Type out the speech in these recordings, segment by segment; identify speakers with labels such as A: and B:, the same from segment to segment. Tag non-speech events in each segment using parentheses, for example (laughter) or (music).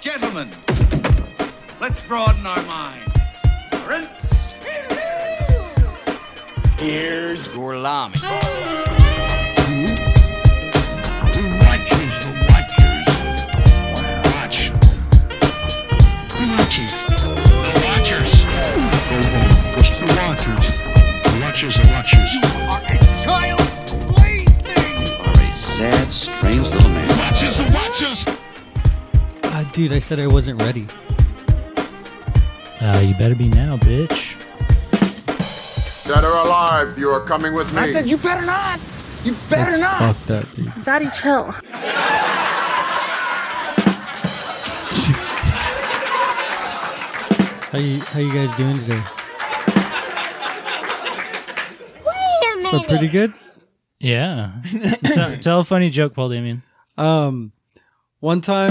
A: Gentlemen, let's broaden our minds. Prince.
B: Here's Gorlami.
C: Who watches the watchers? Watch. Who watches? The watchers. Go home. Push the watchers. The watchers are watchers.
B: Are a sad, strange little man.
C: Watchers the watchers.
D: Ah, dude, I said I wasn't ready.
E: Uh, you better be now, bitch.
F: Dead or alive, you are coming with me.
B: I said, you better not. You better not.
D: Fuck that, dude.
G: Daddy, chill.
D: How you How you guys doing today?
H: Wait a minute.
D: So pretty good.
E: Yeah. tell, tell a funny joke, Paul Damien.
D: Um, one time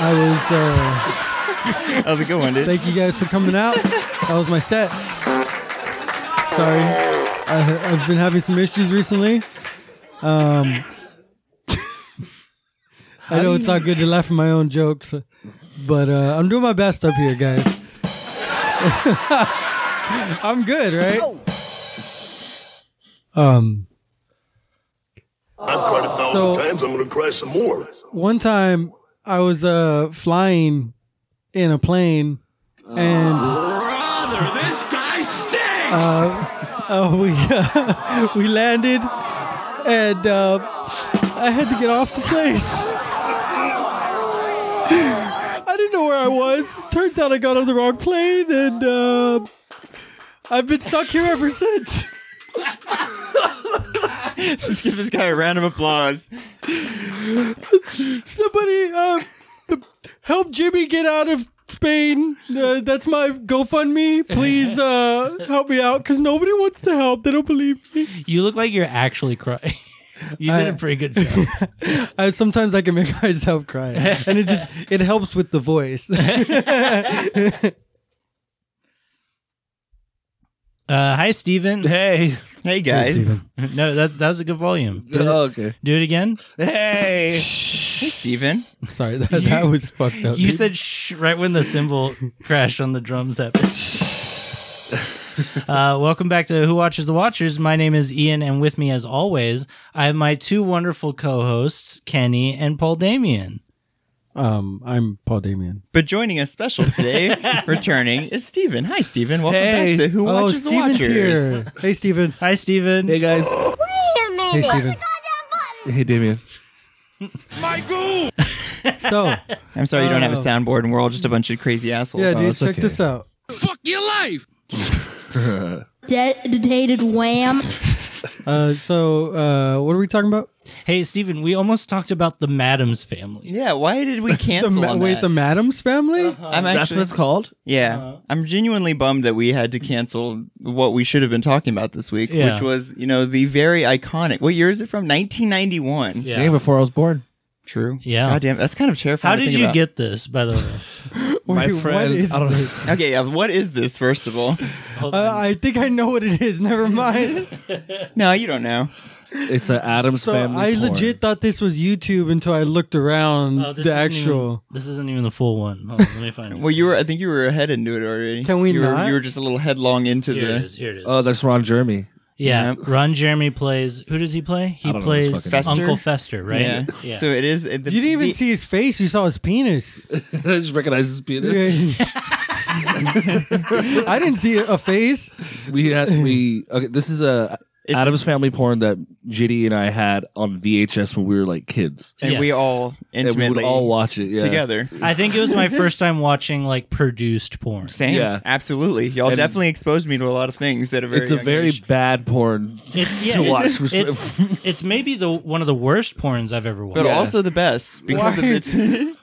D: I was. Uh,
I: That was a good one, dude.
D: thank you guys for coming out. That was my set. Sorry, I, I've been having some issues recently. Um, I know it's not good to laugh at my own jokes, but uh, I'm doing my best up here, guys. (laughs) I'm good, right? Um.
J: I've tried a
D: So-
J: thousand times. I'm going to try some more.
D: one time I was uh flying in a plane and brother, this guy stinks. Uh, uh, we (laughs) we landed and uh, I had to get off the plane. (laughs) I didn't know where I was. Turns out I got on the wrong plane and uh, I've been stuck here ever since. (laughs)
I: Let's give this guy a round of applause.
D: Somebody uh, help Jimmy get out of Spain. Uh, that's my GoFundMe. Please uh, help me out because nobody wants to help. They don't believe me.
E: You look like you're actually crying. (laughs) you
D: I-
E: did a pretty good job.
D: I, sometimes I can make (laughs) myself cry, and it just it helps with the voice.
E: (laughs) Uh, hi, Steven. Hey.
I: (laughs) Hey guys. Oh,
D: Steven.
E: No, that's that was a good volume. Do it-
B: okay.
E: Do it again. Hey.
I: Hey Steven.
D: Sorry, that, that was fucked up.
E: (laughs) You
D: dude.
E: said shh right when the cymbal crash on the drums happened. Uh, welcome back to Who Watches the Watchers. My name is Ian, and with me, as always, I have my two wonderful co-hosts, Kenny and Paul Damien.
D: um, I'm Paul Damien.
I: But joining us special today, returning is Steven. Hi Steven. Welcome
E: Hey.
I: back to Who
D: Oh,
I: Watches the
D: Steven's
I: Watchers.
D: here. Hey, Steven.
E: Hi, Steven.
A: Hey guys.
H: Wait a minute.
D: Hey, Steven.
H: Push the goddamn
A: Hey Damien.
D: So
I: I'm sorry you don't have a
D: Oh.
I: soundboard and we're all just a bunch of crazy assholes.
D: yeah, dude,
A: it's
D: check
A: okay.
D: this out.
H: button. Dedicated wham.
D: Uh, so uh, what are we talking about?
E: Hey, Steven, we almost talked about the Madams family.
I: Yeah, why did
D: (laughs)
I: we
D: The
I: cancel
D: ma-
I: on
D: wait,
I: that?
D: the Madams family. Uh-huh.
I: I'm
A: That's
I: actually
A: what it's called.
I: Yeah. I'm genuinely bummed that we had to cancel what we should have been talking about this week,
E: Yeah.
I: which was, you know, the very iconic. What year is it from? 1991.
E: Yeah.
A: Day before I was born.
I: True.
E: Yeah.
I: God damn, that's kind of terrifying.
E: How
I: to
E: did
I: think
E: you
I: about.
E: get this, by the way?
D: Wait,
A: My
D: what
A: friend.
D: is
A: I don't know.
I: Okay, yeah, what is this first of all?
D: Uh, I think I know what it is. Never mind.
I: No, you don't know.
A: It's an Adams (laughs)
D: So
A: family.
D: I
A: porn.
D: legit thought this was YouTube until I looked around
E: (laughs) Oh, this
D: the
E: isn't even-
D: actual.
E: this isn't even the full one. Hold on, let me find it.
I: Well, you were I think you were ahead into it already.
D: Can we
I: you
D: not?
I: Were, you were just a little headlong into
E: here it
I: the
E: is. Here it is.
A: Oh, that's Ron Jeremy.
E: yeah.
I: yeah.
E: Ron Jeremy plays. Who does he play? He
A: I don't know his
E: plays
I: fucking name.
E: Uncle Fester, right?
I: Yeah. So it is it, the,
D: You didn't even
I: the-
D: see his face. You saw his penis.
A: I just recognize his penis.
D: (laughs) I didn't see a face.
A: We had we okay. This is a
I: It-
A: Adams family porn that Jitty and I had on VHS when we were like kids,
I: and we
E: Yes.
I: all
A: and we
I: intimately
A: would all watch it yeah.
I: together.
E: I think it was my first time watching like produced porn.
I: Same.
A: Yeah.
I: Absolutely. Y'all
A: And-
I: definitely exposed me to a lot of things that are very
A: It's a
I: young
A: very
I: age.
A: bad porn
E: It's
A: (laughs)
E: yeah,
A: to
E: it-
A: watch.
E: it's, it's maybe the one of the worst porns I've ever watched.
I: but
A: Yeah.
I: also the best because of
D: Why-
I: its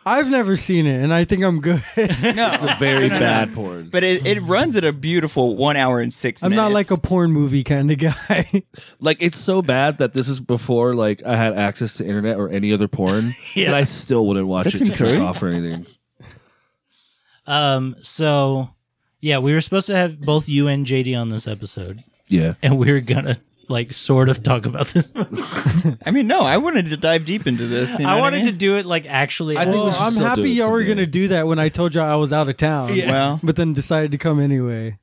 D: (laughs) I've never seen it, and I think I'm
I: (laughs)
D: good.
A: It's a very bad porn.
I: But it, it runs at a beautiful one hour and six
D: I'm
I: minutes.
D: not like a porn movie kind
A: (laughs)
D: of guy.
A: like it's so bad that this is before like I had access to internet or any other
D: (laughs)
A: porn,
E: Yeah.
A: and I still wouldn't watch
I: Is
A: it
I: that
A: to
I: Tim Curry?
A: jerk off or anything.
E: um, so yeah, we were supposed to have both you and JD on this episode,
A: Yeah,
E: and we were gonna like sort of talk about this.
I: I mean, no, I wanted to dive deep into this. You know
E: I
I: what
E: wanted
I: mean?
E: to do it like actually.
A: I think
D: Well,
A: we should
D: I'm
A: still do
D: happy
A: it
D: y'all were
A: someday.
D: gonna do that when I told y'all I was out of town.
I: Well,
D: but then decided to come anyway.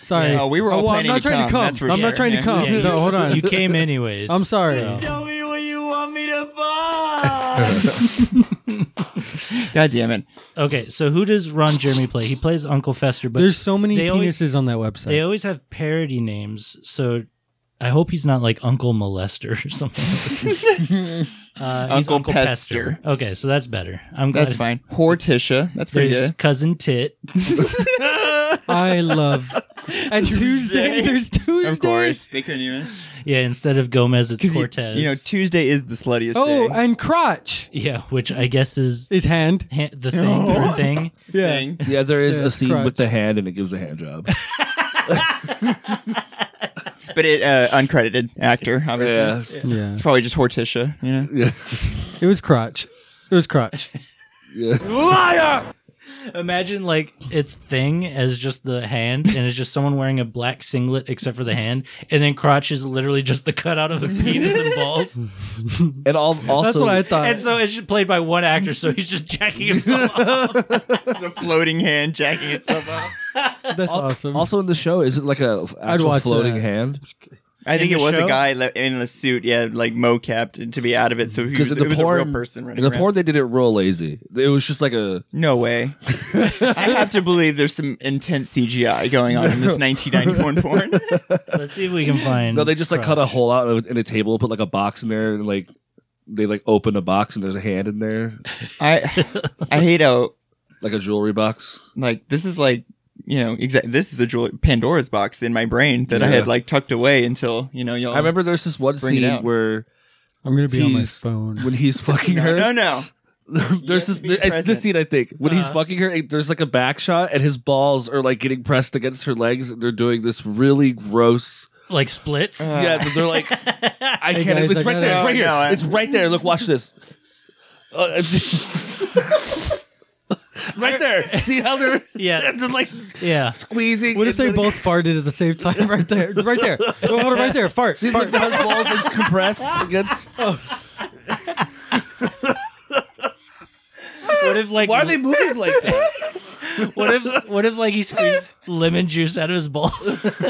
D: Sorry, Oh,
I: Yeah, we were all
D: well, I'm
I: planning
D: not
I: to
D: trying to
I: come,
D: come.
I: that's for
D: I'm
I: sure.
D: not trying
I: Yeah.
D: to come.
E: Yeah,
D: no, hold on.
E: you came anyways.
D: I'm sorry.
E: so.
I: (laughs) God damn it.
E: Okay, so who does Ron Jeremy play? He plays Uncle Fester, but
D: There's so many
E: they
D: penises
E: always-
D: on that
E: they
D: website.
E: always have parody names. So I hope he's not like Uncle Molester or
I: (laughs)
E: something. uh, he's
I: Uncle Pester.
E: Okay, so that's better. I'm glad
I: That's
E: it's-
I: fine. Hortitia. That's pretty
E: There's
I: good.
E: cousin Tit.
D: I love. And Tuesday,
I: Tuesday.
D: there's Tuesday.
I: Of course. They couldn't even.
E: Yeah, instead of Gomez, it's
I: 'Cause you-
E: Cortez.
I: You, know, Tuesday is the sluttiest
D: Oh,
I: day.
D: and crotch
E: yeah, which I guess is
D: is hand.
E: ha- the thing. Her thing.
D: Yeah.
I: Thing.
A: Yeah, there is
D: Yeah,
A: a scene
D: crotch.
A: with the hand, and it gives a hand
D: (laughs)
A: job.
I: But it uh, uncredited actor, obviously.
A: yeah,
D: Yeah.
I: It's probably just Hortitia, you know?
A: yeah,
D: It was crotch. It
A: (laughs)
D: was crotch.
E: Imagine like its thing as just the hand, and it's just someone wearing a black singlet except for the hand, and then crotch is literally just the cutout of a penis and
A: (laughs)
E: balls.
A: and all, also
D: That's what I thought.
E: And so it's just played by one actor, so he's just jacking himself
I: (laughs)
E: up.
I: It's a floating hand jacking itself up.
D: That's
A: al-
D: awesome.
A: Also in the show, is it like a f-
D: I'd
A: actual
D: watch
A: floating
D: that.
A: hand?
I: I think
E: In
I: it
E: the
I: was
E: show?
I: a guy le- in a suit, yeah, like mo-capped to be out of it. So he was,
A: Because in the
I: it was
A: porn,
I: a real person
A: in
I: running
A: the
I: around.
A: porn, they did it real lazy. It was just like a
I: No way. I have to believe there's some intense CGI going on in this 1991 porn.
E: Let's see if we can find.
A: no. They just like cut a hole out of- in a table, put like a box in there, and like they like open a box and there's a hand in there,
I: I I hate how
A: like a jewelry box.
I: like this is like you know exactly this is a jewel- Pandora's box in my brain that I
A: Yeah.
I: had like tucked away until you know y'all.
A: I remember there's this one
I: Bring it
A: scene
I: out.
A: where
D: I'm gonna be on my
A: He's-
D: phone.
A: when
I: (laughs)
A: he's fucking
I: No,
A: her. (laughs)
I: no, no.
A: There's
I: have
A: this.
I: to be
A: It's
I: present.
A: this scene I think when he's
E: Uh-huh.
A: fucking her. it- There's like a back shot, and his balls are like getting pressed against her legs, and they're doing this really gross.
E: like splits.
I: Uh,
A: yeah, they're
I: (laughs)
A: like, I
D: Hey,
A: can't.
D: guys,
A: it's
D: I
A: right
D: gotta-
A: there. It's right here.
I: No, I-
A: it's right there. Look, watch this. Uh, (laughs) right there. See how
I: (laughs)
A: they're
E: yeah,
A: they're like
E: yeah.
A: squeezing.
D: What if they
A: and then-
D: both farted at the same time? (laughs) Right there. Right there. Hold on, right there.
A: (laughs)
D: Fart.
A: See,
D: fart.
A: look, his balls like compress against.
E: What if like
A: Why are they moving like that? (laughs)
E: What if what if like he squeezed lemon juice out of his balls? (laughs)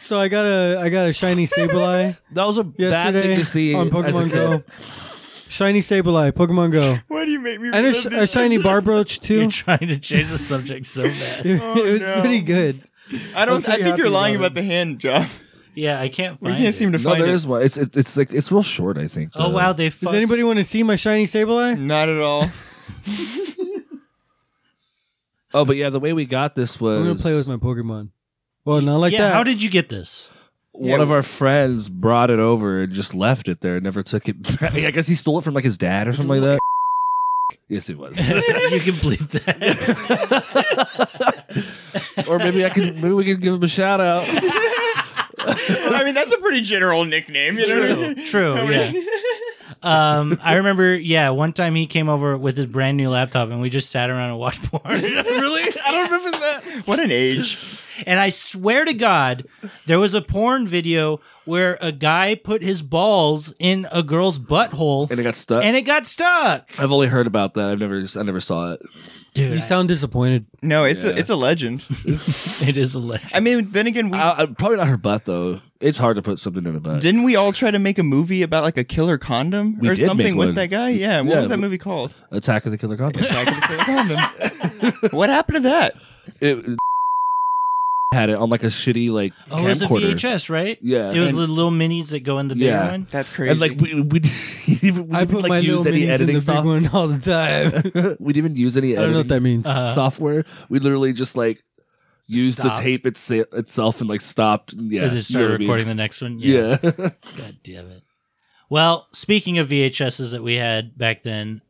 D: So I got a I got a shiny
I: (laughs)
D: Sableye
A: That was a bad
D: yesterday
A: thing to see
D: on
A: as a
D: Pokemon
A: kid.
D: Go. Shiny Sableye, Pokemon Go,
I: Why do you make me?
D: and a, sh- a shiny
I: (laughs)
D: Barbroach too. (laughs)
E: You're trying to change the subject so bad.
D: It, it was
I: Oh, no.
D: pretty good.
I: I
D: I'm
I: don't.
D: pretty
I: I think
D: happy
I: you're lying
D: about it.
I: about the hand (laughs) job.
E: Yeah, I can't.
I: We
E: Find
I: can't
E: it.
I: seem to
A: No,
I: find
A: there
I: it.
A: is one. It's it, it's like it's real short. I think.
E: Oh
A: though.
E: wow, they
D: Does
E: fucked.
D: anybody want to see my shiny Sableye?
I: Not at all.
A: Oh, but yeah, the way we got this was
D: I'm gonna play with my Pokemon. Well, not like
E: yeah,
D: that.
E: how did you get this? (laughs)
A: one of our friends brought it over and just left it there, and never took it. (laughs) back. I guess he stole it from like his dad or something like that. Yes, it was. (laughs)
E: you can believe that.
A: or maybe I could. Maybe we could give him a shout (laughs) out.
I: I mean, that's a pretty general nickname. You know?
E: True, true. Yeah. Um, I remember. Yeah, one time he came over with his brand new laptop, and we just sat around and watched (laughs) porn.
A: really? I don't remember that.
I: What an age.
E: And I swear to God, there was a porn video where a guy put his balls in a girl's butthole
A: And it got stuck.
E: and it got stuck.
A: I've only heard about that. I've never. I never saw it.
E: Dude,
D: You sound disappointed.
I: No, it's
A: Yeah.
I: a it's a legend.
E: it is a legend.
I: I mean, then again, we
A: I, I, probably not her butt though. It's hard to put something in a butt.
I: didn't we all try to make a movie about like a killer condom
A: We
I: or
A: did make
I: something with
A: one.
I: that guy? Yeah. What
A: Yeah,
I: was that
A: we-
I: movie called?
A: Attack of the Killer Condom. (laughs)
I: Attack of the Killer Condom. what happened to that?
A: it had it on like a shitty like
E: Oh, it was a
A: camcorder.
E: VHS, right?
A: Yeah.
E: It was
A: And-
E: the little minis that go in the big
A: Yeah.
E: one.
I: That's crazy.
A: and like we (laughs) we, we didn't
D: I put
A: like
D: my
A: use
D: little
A: any
D: minis in the
A: editing
D: big
A: software.
D: one all the time.
A: (laughs) we didn't even use any editing
D: I don't know what that means.
E: Uh-huh.
A: software. We literally just like used
E: Stopped.
A: the tape itse- itself and like stopped. and, Yeah,
E: Or
A: you
E: they
A: know
E: started
A: what I mean?
E: recording the next one.
A: Yeah,
E: (laughs) God damn it. Well, speaking of VHSs that we had back then,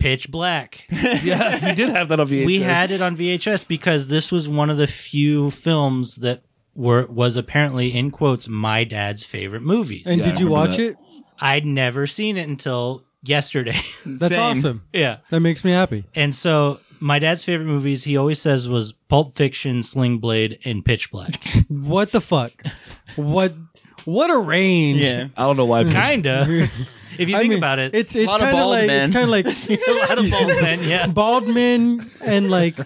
E: Pitch
D: (laughs)
E: Black.
A: (laughs) yeah, we did have that on VHS.
E: we had it on VHS because this was one of the few films that were was apparently in quotes my dad's favorite movies.
D: and
A: Yeah,
D: did
A: I
D: you
A: remember
D: watch
A: that.
D: it?
E: I'd never seen it until yesterday. (laughs)
D: That's
I: Same.
D: awesome.
E: yeah.
D: That makes me happy.
E: And so my dad's favorite movies he always
D: (laughs)
E: says was Pulp Fiction, Sling Blade, and Pitch Black.
D: What the fuck? What? What a range.
I: Yeah.
A: I don't know why. people-
E: Kinda. if
D: (laughs)
E: you
D: I
E: think
D: mean,
E: about it,
D: It's it's
I: Lot of
D: kind of
I: bald
D: like
I: men.
D: it's kind of
I: (laughs)
D: like (laughs)
E: a lot of bald men. Yeah,
D: bald men
A: (laughs)
D: and like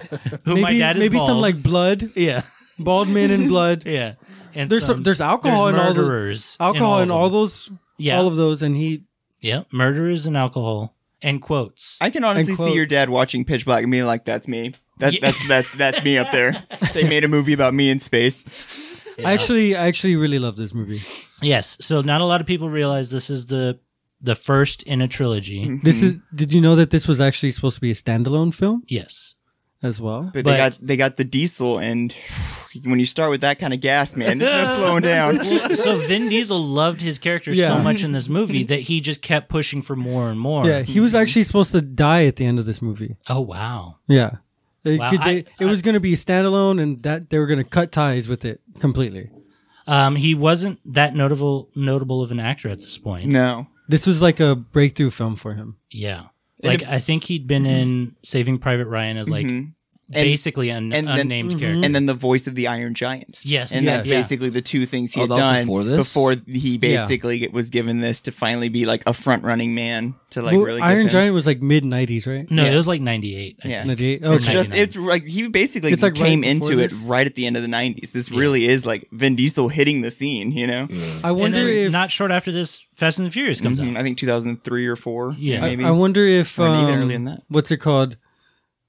E: who
D: maybe
E: my dad is
D: maybe some
E: bald.
D: like blood,
E: yeah,
D: bald men and
E: (laughs)
D: blood.
E: yeah. And
D: There's some- there's alcohol in all the-
E: murderers
D: Alcohol and all
E: of them.
D: those,
E: yeah
D: all of those, and he
E: yeah murderers and alcohol and quotes.
I: I can honestly see your
D: quotes.
I: dad watching Pitch Black and being like, "That's me. That,
E: Yeah.
I: That's that's that's me up there. They made a movie about me in space."
D: I actually I actually really love this movie.
I: Mm-hmm.
E: Yes, so not a lot of people realize this is the the first in a trilogy.
D: This is did you know that this was actually supposed to be a standalone film
E: yes,
D: as well?
I: But,
E: But-
I: they got they got the diesel, and (sighs) when you start with that kind of gas, man, it's no slowing down.
E: so
D: (laughs)
E: Vin Diesel loved his character so
D: Yeah.
E: much in this movie that he just kept pushing for more and more.
D: Yeah, he was
I: Mm-hmm.
D: actually supposed to die at the end of this movie.
E: Oh wow.
D: Yeah. They,
E: Wow,
D: could- they-
E: I-
D: it was going to be a standalone, and that they were going to cut ties with it completely.
E: Um, he wasn't that notable notable of an actor at this point.
I: No,
D: This was like a breakthrough film for him.
E: Yeah. Like I think he'd been
D: Mm-hmm.
E: in Saving Private Ryan as
I: (laughs)
E: like basically an
I: and then-
E: unnamed
D: Mm-hmm.
E: character.
I: and then the voice of the Iron Giant.
E: Yes.
I: and that's
E: Yes.
I: basically the two things he
A: Oh,
I: had
A: that was
I: done
A: before this?
I: before he
D: Yeah.
I: basically was given this to finally be like a front running man to like
D: Well,
I: really. give
D: Iron
I: him-
D: Giant was like mid '90s, right?
E: no,
I: yeah.
E: it was like ninety eight.
I: Yeah.
E: Yeah.
D: 98.
I: It's
D: Okay.
I: just
E: 99.
I: it's like he basically
D: It's, like, right
I: came
D: before
I: into it
D: this.
I: right at the end of the '90s. This really is like Vin Diesel hitting the scene, you know.
D: I
E: And
D: wonder
E: then
D: if
E: not short after this, Fast and the Furious comes
I: Mhm,
E: out.
I: I think 2003 or four.
E: Yeah.
D: I,
I: maybe.
D: I wonder if
I: Or
D: um,
I: even earlier than that.
D: what's it called?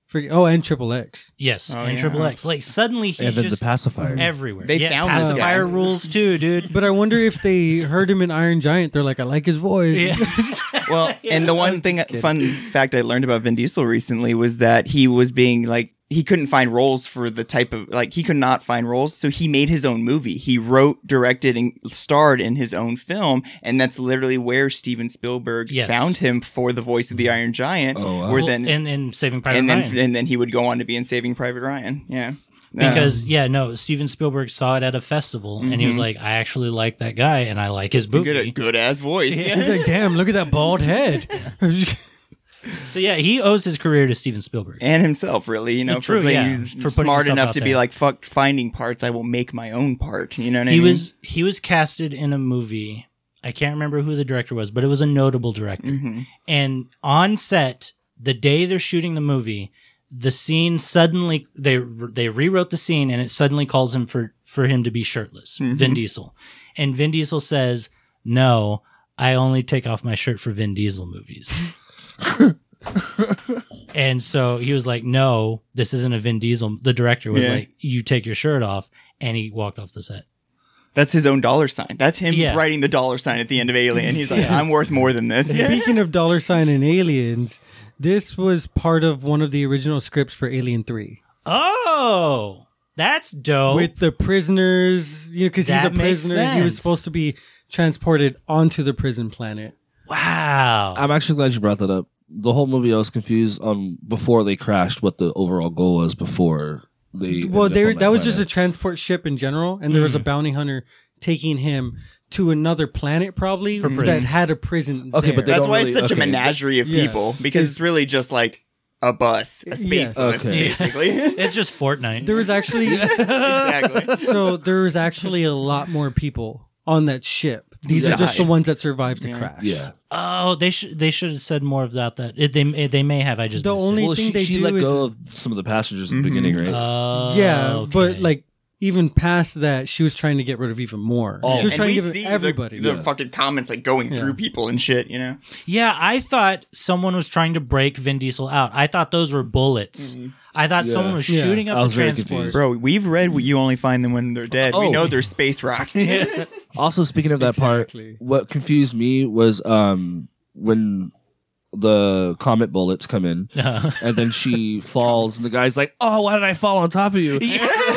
D: Forget- oh, and Triple X.
E: Yes.
I: Oh,
E: and
I: yeah.
E: Triple X. Like suddenly he's
A: And then the
E: just
A: pacifier.
E: everywhere.
I: They
E: yeah,
I: found this guy.
E: pacifier rules too, dude.
D: But I wonder if they heard him in Iron Giant. They're like, I like his voice.
E: (laughs)
I: Well, and the one thing, fun fact I learned about Vin Diesel recently was that he was being like he couldn't find roles for the type of like he could not find roles, so he made his own movie. He wrote, directed, and starred in his own film, and that's literally where Steven Spielberg
E: Yes.
I: found him for the voice of the Iron Giant.
A: Oh, wow.
I: Where
E: Well,
I: then
E: and
I: and,
E: and Saving Private
I: then uh,
E: Ryan.
I: and then he would go on to be in Saving Private Ryan. Yeah, Yeah.
E: because yeah, no, Steven Spielberg saw it at a festival and he was
I: Mm-hmm.
E: like, I actually like that guy and I like his movie. (laughs)
I: good good ass voice.
D: He's like, (laughs) damn, look at that bald head.
E: So yeah, he owes his career to Steven Spielberg.
I: (laughs) and himself really you know
E: Yeah, true,
I: for being
E: yeah, for putting
I: smart
E: himself
I: enough
E: out
I: to be
E: there.
I: like fuck finding parts i will make my own part you know what i
E: he
I: mean
E: was he was casted in a movie. I can't remember who the director was, but it was a notable director. And on set, the day they're shooting the movie, the scene suddenly they they rewrote the scene and it suddenly calls him for for him to be shirtless, Vin Diesel. And Vin Diesel says, "No, I only take off my shirt for Vin Diesel movies." (laughs) and so he was like, "No, this isn't a Vin Diesel." The director was
I: Yeah.
E: like, "You take your shirt off." And he walked off the set.
I: that's his own dollar sign that's him
E: Yeah.
I: writing the dollar sign at the end of alien he's like i'm worth more than this yeah.
D: Speaking of dollar sign and aliens, this was part of one of the original scripts for Alien Three
E: Oh, that's dope.
D: with the prisoners. You know, because he's a
E: Oh. That makes
D: prisoner, he was
E: sense.
D: supposed to be transported onto the prison planet.
E: wow.
A: I'm actually glad you brought that up. The whole movie, I was confused on before they crashed what the overall goal was before they. ended
D: well,
A: up
D: they,
A: on
D: that was just a
A: planet.
D: transport ship in general, and there was a bounty hunter taking him to another planet, probably
E: For
D: that
E: prison.
D: had a prison.
A: Okay,
D: there.
A: but they
I: that's
A: don't
I: why it's
A: really-
I: such a
A: okay.
I: menagerie of
D: Yeah.
I: people because it's really just like a bus a space
D: Yes.
I: bus
A: Okay.
I: basically (laughs)
E: it's just Fortnite.
D: there was actually
I: exactly
D: so there was actually a lot more people on that ship. These are just the
I: Yeah.
D: ones that survived the
I: Yeah.
D: crash.
A: Yeah.
E: oh, they should they should have said more about that. It, they it- they may have. I just
D: The
E: missed
D: only
A: Well,
D: thing
A: she,
D: they
A: she
D: do
A: let
D: is Mm-hmm.
A: go of some of the passengers at the beginning, right?
E: It. Oh,
D: Yeah, but
E: okay.
D: like even past that, she was trying to get rid of even more.
A: Oh.
D: she was
I: and
D: trying
I: we
D: to get
I: see
D: rid of everybody.
I: the, the fucking comments like going through people and shit you know
E: yeah, I thought someone was trying to break Vin Diesel out. I thought those were bullets.
I: Mm-hmm.
E: I thought
A: Yeah.
E: someone was
D: Yeah.
E: shooting
A: I
E: up the
A: was very
E: transport.
A: confused.
I: bro we've read you only find them when they're dead we
A: Oh.
I: know they're space rocks
A: Also, speaking of that
D: Exactly.
A: part, what confused me was um, when the comet bullets come in, and then she falls, and the guy's like, "Oh, why did I fall on top of you?"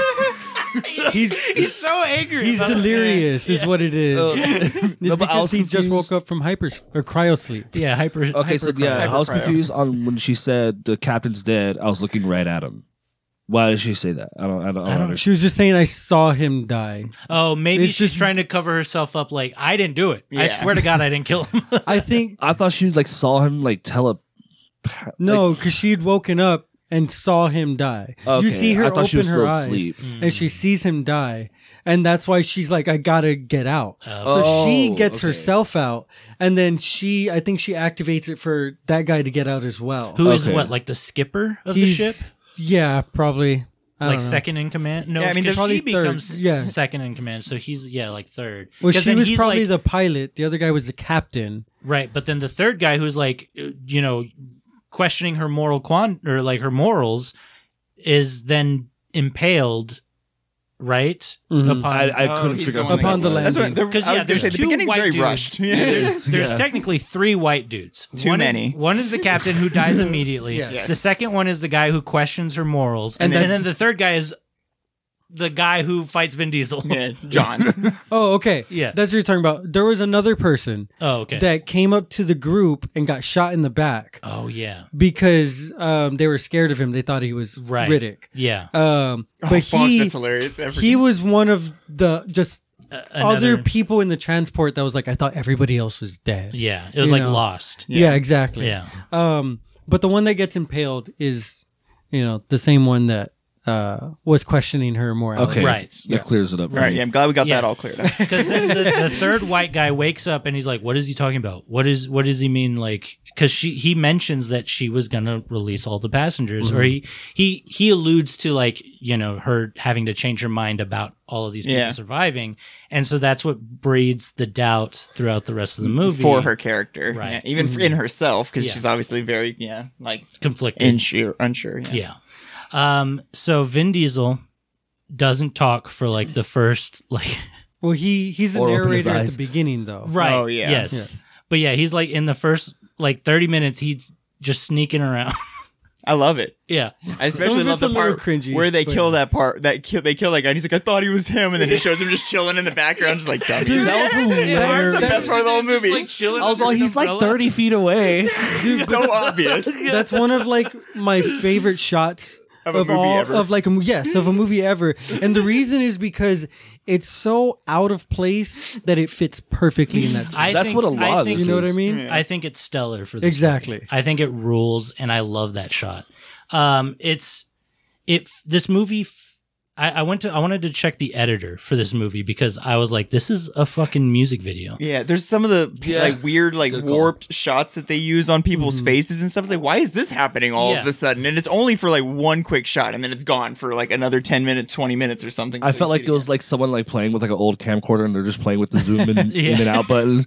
I: (laughs)
D: he's
E: He's so angry.
D: he's
E: about it.
D: delirious, is what it is. (laughs)
I: Oh.
D: It's
A: Uh, No, but I
D: because
A: was
D: he just
A: confused.
D: woke up from hyper or cryosleep.
E: Yeah, hyper.
A: Okay, so yeah, I was
I: Hypercryo.
A: confused on when she said the captain's dead. I was looking right at him. Why did she say that? I don't. I don't. I don't, understand.
D: She was just saying, "I saw him die."
E: Oh, maybe
D: It's
E: she's
D: just-
E: trying to cover herself up. Like I didn't do it. I
I: Yeah.
E: swear to God, I didn't kill him. (laughs)
D: I think
A: (laughs) I thought she like saw him like tele.
D: no, because she'd woken up and saw him die.
A: Okay,
D: You see her
A: I thought
D: open
A: she was
D: her
A: still
D: eyes
A: asleep.
D: and
E: Hmm.
D: she sees him die. And that's why she's like, I gotta get out. so she
A: Oh,
D: gets
A: okay.
D: herself out and then she I think she activates it for that guy to get out as well.
E: Who is
A: Okay.
E: what, like the skipper of
D: He's-
E: the ship?
D: Yeah, probably. I
E: Like
D: don't know.
E: second in command? No,
I: Yeah, I
E: 'cause
I: mean, they're
E: she
D: probably third.
E: becomes
D: Yeah.
E: second in command. So he's yeah, like third.
D: Well,
E: 'Cause
D: she
E: then
D: was
E: he's
D: probably
E: like,
D: the pilot. The other guy was the captain.
E: Right, but then the third guy who's like, uh, you know, questioning her moral quan or like her morals, is then impaled, right?
D: Mhm.
E: Upon,
A: I, I couldn't
I: he's
A: figure
I: the
A: out
I: one
A: who that
D: Upon the
A: was.
D: land.
I: That's what, the,
E: because
I: I
E: yeah,
I: was going to
E: there's
I: say the
E: two
I: beginning's
E: white
I: very
E: dudes.
I: rushed.
E: Yeah,
A: (laughs)
E: there's,
A: Yeah.
E: there's technically three white dudes.
I: Too
E: one
I: many.
E: Is, one is the captain who dies (laughs) immediately.
D: Yes.
E: The second one is the guy who questions her morals,
D: And
E: and, then,
D: that's-
E: then the third guy is the guy who fights Vin Diesel.
I: Yeah, John.
D: Oh, okay.
E: Yeah.
D: That's what you're talking about. There was another person
E: (laughs) Oh, okay.
D: that came up to the group and got shot in the back
E: oh, yeah.
D: because um, they were scared of him. They thought he was
E: Right.
D: Riddick.
E: Yeah.
D: Um, but
I: oh, fuck,
D: he
I: that's hilarious. I
D: he
I: forget.
D: was one of the just
E: A-
D: other
E: another-
D: people in the transport that was like, I thought everybody else was dead.
E: Yeah, it was
D: you
E: like
D: know.
E: Lost.
D: Yeah, exactly.
E: Yeah.
D: Um, but the one that gets impaled is, you know, the same one that uh, was questioning her more.
A: Okay,
E: Right.
A: That clears it up. For
I: Right,
A: me.
I: yeah, I'm glad we got
E: Yeah.
I: that all cleared up.
E: Because then the, the third white guy wakes up and he's like, "What is he talking about? What is what does he mean? Like, because she he mentions that she was gonna release all the passengers, or
I: Mm-hmm.
E: he he he alludes to like you know her having to change her mind about all of these people
I: Yeah.
E: surviving, and so that's what breeds the doubt throughout the rest of the movie
I: for her character,
E: Right.
I: Yeah, even in herself because
E: Yeah.
I: she's obviously very yeah, like
E: conflicted.
I: unsure, unsure. Yeah.
E: Yeah. Um. So Vin Diesel doesn't talk for like the first like
D: Well, he he's a
A: Or open his
D: narrator at the
A: eyes.
D: beginning though.
E: Right.
I: Oh, yeah.
E: Yes.
D: Yeah.
E: But yeah, he's like in the first like 30 minutes, he's just sneaking around. (laughs)
I: I love it.
E: yeah.
I: I especially
D: it's
I: love
D: a
I: the
D: little
I: part
D: cringy,
I: where they
D: but-
I: kill that part that kill, they kill that guy. And he's like, I thought he was him, and then it shows him just chilling in the background, just like dummies. (laughs)
D: Dude, that was
I: That's
D: hilarious.
I: the best part of the whole movie.
A: I was all, he's like 30 feet away.
D: Dude, but (laughs)
I: so obvious.
D: that's one of like my favorite shots
I: Of
D: of,
I: a movie
D: all
I: ever.
D: of like a, mo- yes of a movie ever, and the reason is because it's so out of place that it fits perfectly in that. Scene.
E: I
A: That's
E: think,
A: what a lot
E: I
A: of
E: think,
A: this
D: you know what I
A: is-
D: mean?
E: I think it's stellar for this
D: Exactly.
E: movie. I think it rules, and I love that shot. Um, it's it. f- This movie, f- I, I went to. I wanted to check the editor for this movie because I was like, this is a fucking music video.
I: Yeah, there's some of the
A: Yeah.
I: like weird, like
A: Good call.
I: warped shots that they use on people's
D: Mm-hmm.
I: faces and stuff. It's like, why is this happening all
E: Yeah.
I: of a sudden? And it's only for like one quick shot, and then it's gone for like another ten minutes, twenty minutes, or something.
A: I felt like it
I: Again.
A: was like someone like playing with like an old camcorder and they're just playing with the zoom in,
E: Yeah.
A: in and out button.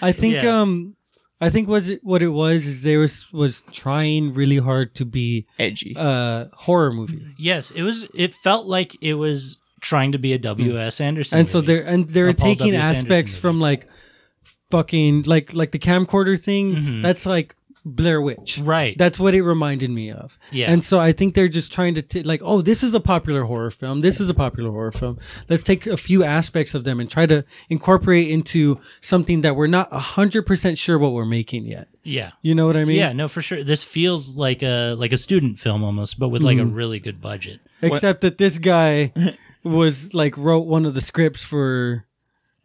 D: I think
E: Yeah.
D: um I think was it what it was is they was was trying really hard to be
I: edgy.
D: a horror movie.
E: Yes, it was. It felt like it was trying to be a W.S. Anderson.
D: And so
E: movie.
D: they're and they're
E: A Paul
D: taking
E: W. Sanderson
D: aspects
E: movie.
D: from like fucking like like the camcorder thing that's like Blair Witch.
E: Mm-hmm. Right.
D: That's what it reminded me of.
E: Yeah.
D: And so I think they're just trying to t- like oh this is a popular horror film. This is a popular horror film. Let's take a few aspects of them and try to incorporate into something that we're not 100% sure what we're making yet.
E: yeah.
D: You know what I mean?
E: yeah, no, for sure. This feels like a like a student film almost, but with like
D: Mm-hmm.
E: a really good budget.
D: Except that this
I: (laughs)
D: guy was like wrote one of the scripts for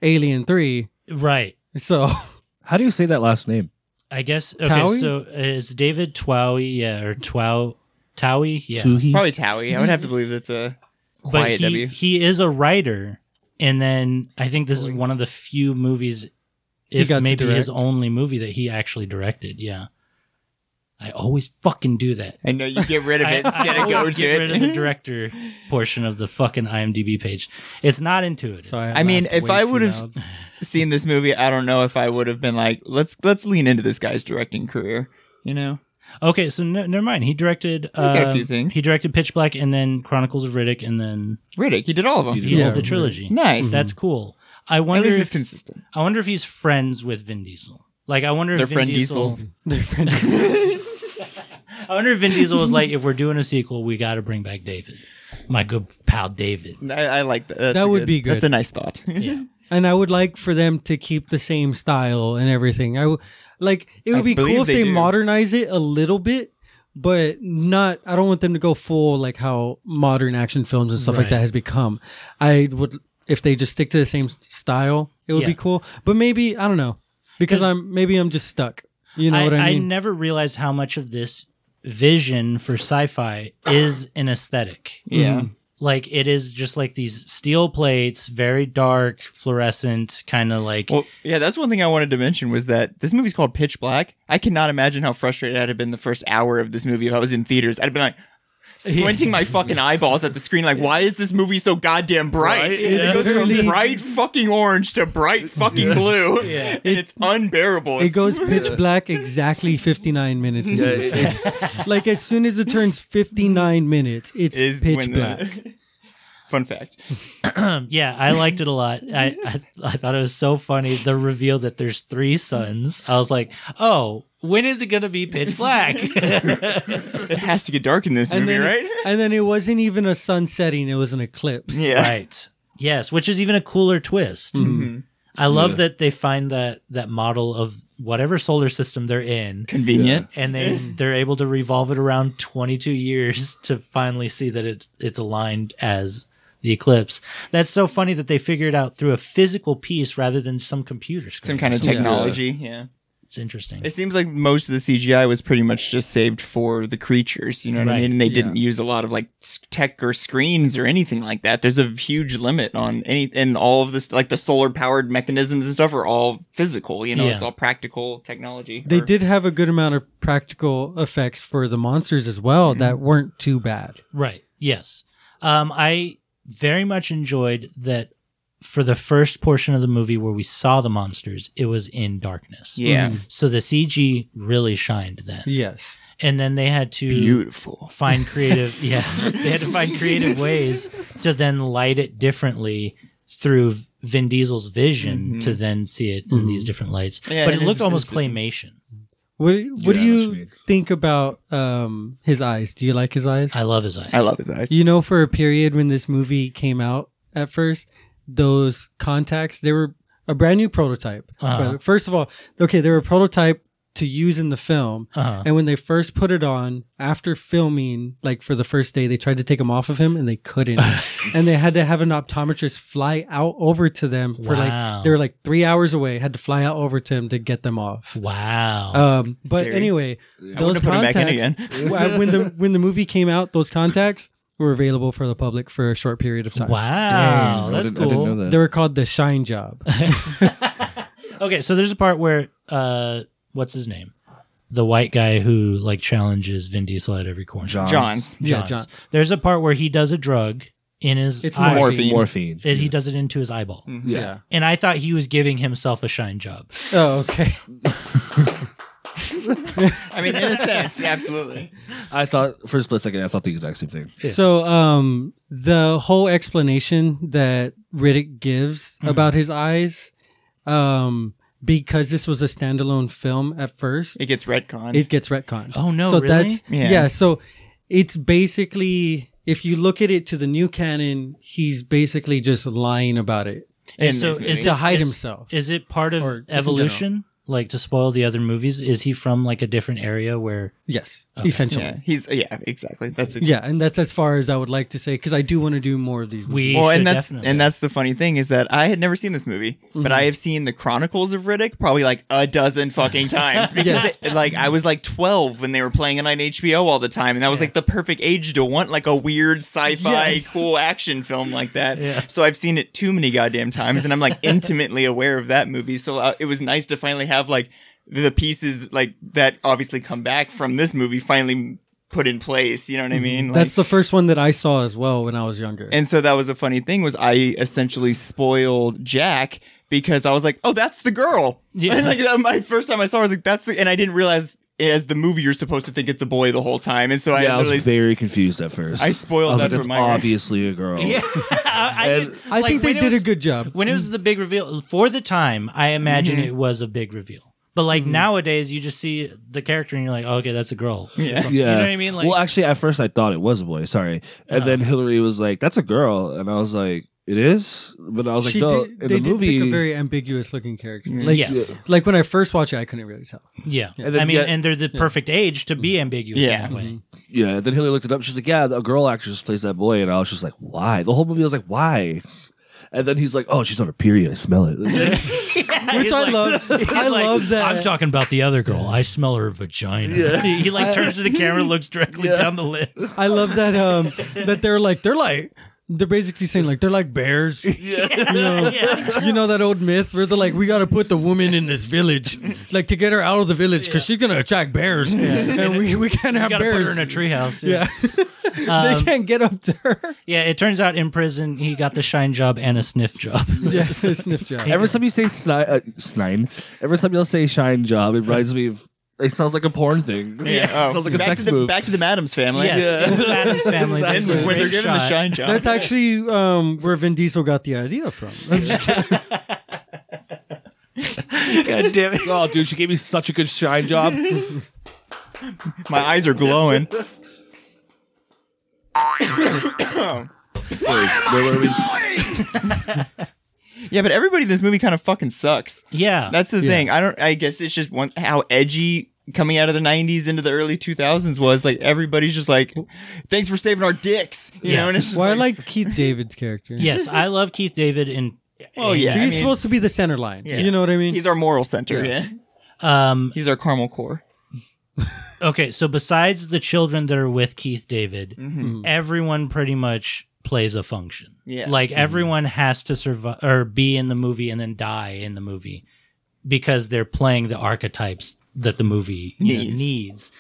D: Alien Three,
E: Right.
D: so (laughs)
A: How do you say that last name?
E: I guess. Okay.
D: Towie?
E: So it's David Twowie, yeah, or Twow Towie, yeah.
A: Tuhi?
I: Probably Towie. I would have to believe it's a
E: (laughs) But
I: quiet
E: he,
I: W.
E: he is a writer, and then I think this is one of the few movies, if
D: got to
E: maybe his
D: direct.
E: only movie that he actually directed. Yeah. I always fucking do that.
I: I know you get rid of it instead
E: (laughs)
I: of
E: always
I: go to
E: get rid of
I: it. (laughs)
E: the director portion of the fucking IMDb page. It's not intuitive.
D: sorry.
I: I mean,
D: laughed
I: if
D: way
I: I
D: too
I: would've-
D: loud.
I: Seeing this movie, I don't know if I would have been like, let's let's lean into this guy's directing career. You know,
E: Okay, so no, never mind. He directed.
I: He's got a
E: um,
I: few things.
E: He directed Pitch Black, and then Chronicles of Riddick, and then
I: Riddick. He did all of them.
E: he
D: Yeah.
E: did the trilogy.
I: Nice.
E: that's cool. I
I: At
E: wonder.
I: least it's
E: If,
I: consistent.
E: I wonder if he's friends with Vin Diesel. Like, I wonder
I: They're
E: if Vin
I: friend
E: Diesel.
I: Diesels.
D: Their friend-
E: I wonder if Vin Diesel was like, if we're doing a sequel, we got to bring back David, my good pal David.
I: I, I like that. That's
D: That
I: a
D: would be good.
I: That's a nice thought.
E: Yeah.
D: and I would like for them to keep the same style and everything. I w- like it would
I: I
D: be
I: believe
D: cool if
I: they
D: they
I: do.
D: modernize it a little bit, but not. I don't want them to go full like how modern action films and stuff like
E: Right.
D: that has become. I would if they just stick to the same s- style, it would
E: Yeah.
D: be cool. But maybe I don't know because
E: 'Cause-
D: I'm maybe I'm just stuck. You know
E: I,
D: what I mean?
E: never realized how much of this vision for sci-fi is an aesthetic.
I: (laughs) Yeah.
E: Like it is just like these steel plates, very dark, fluorescent, kind of like
I: Well, yeah, that's one thing I wanted to mention was that this movie's called Pitch Black. I cannot imagine how frustrated I'd have been the first hour of this movie if I was in theaters. I'd
D: (laughs)
I: have been like squinting my fucking eyeballs at the screen, like, why is this movie so goddamn bright? It goes
D: (laughs)
I: from bright fucking orange to bright fucking blue. (laughs) And it's unbearable.
D: It
I: (laughs)
D: goes pitch black exactly 59 minutes. into
A: Yeah,
D: the
A: it- it's
I: (laughs)
D: film. like as soon as it turns 59 minutes, it's
I: Is
D: pitch
I: when
D: black.
I: The, (laughs) fun fact.
E: yeah, I liked it a lot. I, I I thought it was so funny the reveal that there's three suns. I was like, oh, when is it gonna be pitch black? (laughs)
I: It has to get dark in this
D: and
I: movie,
D: then,
I: right?
D: (laughs)
I: Mm.
D: and then it wasn't even a sun setting; it was an eclipse.
I: yeah.
E: right. Yes, which is even a cooler twist.
I: Mm-hmm.
E: I love that they find that that model of whatever solar system they're in.
I: Convenient.
E: And they they're able to revolve it around 22 years to finally see that it it's aligned as the eclipse. That's so funny that they figured out through a physical piece rather than some computer screen.
I: Some kind of
E: So
I: technology. yeah.
E: It's interesting.
I: It seems like most of the CGI was pretty much just saved for the creatures, you know what I
E: Right.
I: mean? And they didn't use a lot of like s- tech or screens or anything like that. There's a huge limit on any and all of this like the solar powered mechanisms and stuff are all physical, you know,
E: Yeah.
I: it's all practical technology.
D: They
I: or-
D: did have a good amount of practical effects for the monsters as well
I: Mm-hmm.
D: that weren't too bad.
E: Right. Yes. Um, I very much enjoyed that for the first portion of the movie where we saw the monsters, it was in darkness.
I: Yeah.
E: So the CG really shined then.
D: Yes.
E: And then they had to
I: Beautiful.
E: find
A: (laughs)
E: creative yeah. They had to find creative ways to then light it differently through Vin Diesel's vision
A: Mm-hmm.
E: to then see it in these different lights.
I: Yeah,
E: but
I: it
E: it
I: is-
E: looked almost
I: it's different.
E: claymation.
D: What What
A: Yeah, I know
D: do
A: what you
D: you,
A: mean.
D: think about um, his eyes? Do you like his eyes?
E: I love his eyes.
I: I love his eyes.
D: you know, for a period when this movie came out, at first, those contacts they were a brand new prototype.
E: Uh-huh.
D: But first of all, okay, they were a prototype to use in the film.
E: Uh-huh.
D: And when they first put it on after filming, like for the first day, they tried to take them off of him and they couldn't.
E: (laughs)
D: and they had to have an optometrist fly out over to them for
E: Wow.
D: like, they were like three hours away, had to fly out over to him to get them off.
E: Wow.
A: Uh,
D: Um, but
I: Oh, Scary.
D: anyway, those
I: put 'em back
D: contacts,
I: in
D: (laughs) w- when the, when the movie came out, those contacts were available for the public for a short period of time.
E: wow.
A: Dang, I
E: Oh, That's
A: didn't-
E: cool.
A: I didn't know that.
D: They were called the shine
I: (laughs)
D: job.
E: Okay, so there's a part where uh what's his name? The white guy who like challenges Vin Diesel at every corner.
A: Johns.
I: John's.
D: yeah, John.
E: Johns. There's a part where he does a drug in his
D: It's Mm.
E: eye.
D: morphine.
A: Morphine.
E: and he does it into his eyeball.
A: yeah.
E: And I thought he was giving himself a shine job.
D: Oh, okay.
I: I mean, in a sense, yeah, absolutely.
A: I thought for a split second, I thought the exact same thing.
D: So um the whole explanation that Riddick gives
I: Mm-hmm.
D: about his eyes um because this was a standalone film at first
I: It gets retcon.
D: it gets retconned.
E: Oh, no,
D: So
E: really?
D: that's
I: Yeah.
D: yeah. so it's basically if you look at it to the new canon he's basically just lying about it
I: in
E: so
I: this
E: is
I: movie.
D: to hide
E: Is-
D: himself.
E: Is it part of
D: Or just in
E: evolution? Like to spoil the other movies? Is he from like a different area where
D: Yes, essentially.
I: yeah,
D: Yeah.
I: he's yeah, exactly. That's it.
D: and that's as far as I would like to say cuz I do want to do more of these. movies.
E: we
I: well,
E: should
I: and that's
E: definitely
I: and that's the funny thing is that I had never seen this movie, but I have seen the Chronicles of Riddick probably like a dozen fucking times because
D: Yes.
I: it- like I was like twelve when they were playing it on HBO all the time, and that was like the perfect age to want like a weird sci-fi
D: Yes.
I: cool action film like that. So I've seen it too many goddamn times, and I'm like intimately aware of that movie. So uh, it was nice to finally have like the pieces like that obviously come back from this movie finally put in place. You know what I mean? Like,
D: That's the first one that I saw as well when I was younger.
I: and so that was a funny thing was I essentially spoiled Jack because I was like, oh, that's the girl. (laughs)
E: Yeah.
I: And like that- my first time I saw her, I was like, that's the, and I didn't realize as the movie you're supposed to think it's a boy the whole time. And so
A: Yeah, I
I: I
A: was
I: literally
A: very confused at first.
I: I spoiled
A: I was
I: that
A: like,
I: for
A: that's
I: my-
A: obviously a girl.
E: Yeah, (laughs) I, I,
A: And-
E: did-
D: I
E: like,
D: think they
E: when it
D: did
E: was-
D: a good job.
E: when it was the big reveal for the time i imagine
D: Mm-hmm.
E: it was a big reveal but like nowadays you just see the character and you're like oh, okay that's a girl
I: (laughs)
A: (laughs)
I: Yeah.
A: Yeah.
E: You know what I mean? Like- Oh.
A: well, actually, at first I thought it was a boy. Sorry, and then Hillary was like, "That's a girl," and I was like, "It is," but I was like,
D: She
A: "No."
D: did-
A: in
D: they
A: the
D: did
A: movie,
D: pick a very ambiguous looking character. Like,
E: yes
D: like when I first watched it, I couldn't really tell.
E: yeah,
A: And then
E: i mean
A: yet-
E: and they're the perfect age to
D: Mm-hmm.
E: be ambiguous
I: Yeah. Mm-hmm.
E: in that way
A: yeah. and then Hillary looked it up. She's like, "Yeah, a girl actress plays that boy," and I was just like, "Why?" The whole movie I was like, "Why?" And then he's like, "Oh, she's on her period. I smell it."
E: (laughs)
A: (laughs)
D: Which I love. I love that.
E: I'm talking about the other girl. I smell her vagina. (laughs) he like turns to the camera, looks directly down the
I: (laughs)
E: list.
D: I love that. Um, that they're like they're like they're basically saying like they're like bears. You know, you know that old myth where they're like, we got to put the woman in this village, like to get her out of the village because she's gonna attract bears, and we, we can't
E: You
D: have
E: gotta
D: bears.
E: put her in a treehouse. Um,
D: yeah, (laughs) they can't get up to her.
E: Yeah, it turns out in prison he got the shine job and a sniff job.
D: (laughs) Yes, a sniff job.
A: Every time you say sni- uh, snine, every time you'll say shine job, it reminds me of. It sounds like a porn
E: (laughs)
A: thing.
I: Yeah. Oh.
A: (laughs) sounds like a
I: back
A: sex
I: to the,
A: move.
I: Back to the Madams family.
E: yes, in the Addams family.
I: (laughs) This
E: there's
I: is
E: a
I: where (laughs) they're
E: great
I: giving the
E: shot.
I: shine job.
D: That's actually um, where Vin Diesel got the idea from.
E: (laughs) God damn it.
A: oh, dude, she gave me such a good shine
E: (laughs)
A: job.
I: My eyes are glowing.
A: Anyways, where were we?
I: yeah, but everybody in this movie kind of fucking sucks.
E: Uh, Yeah.
I: That's the thing. I don't. I guess it's just one how edgy coming out of the '90s into the early 2000s was. Like everybody's just like, "Thanks for saving our dicks," you
E: Yeah.
I: know. And it's just
D: Well, I
I: like,
D: like Keith David's character.
E: yes, I love Keith David in
I: oh yeah, I
D: he's
I: mean,
D: supposed to be the center line.
I: Yeah.
D: You know what I mean?
I: he's our moral center. Yeah,
D: Yeah.
E: um
I: he's our caramel core.
E: okay, so besides the children that are with Keith David,
I: Mm-hmm.
D: Hmm.
E: everyone pretty much plays a function.
I: Yeah.
E: Like
D: Hmm.
E: everyone has to survive or be in the movie and then die in the movie because they're playing the archetypes that the movie you know,
I: Needs.
E: needs.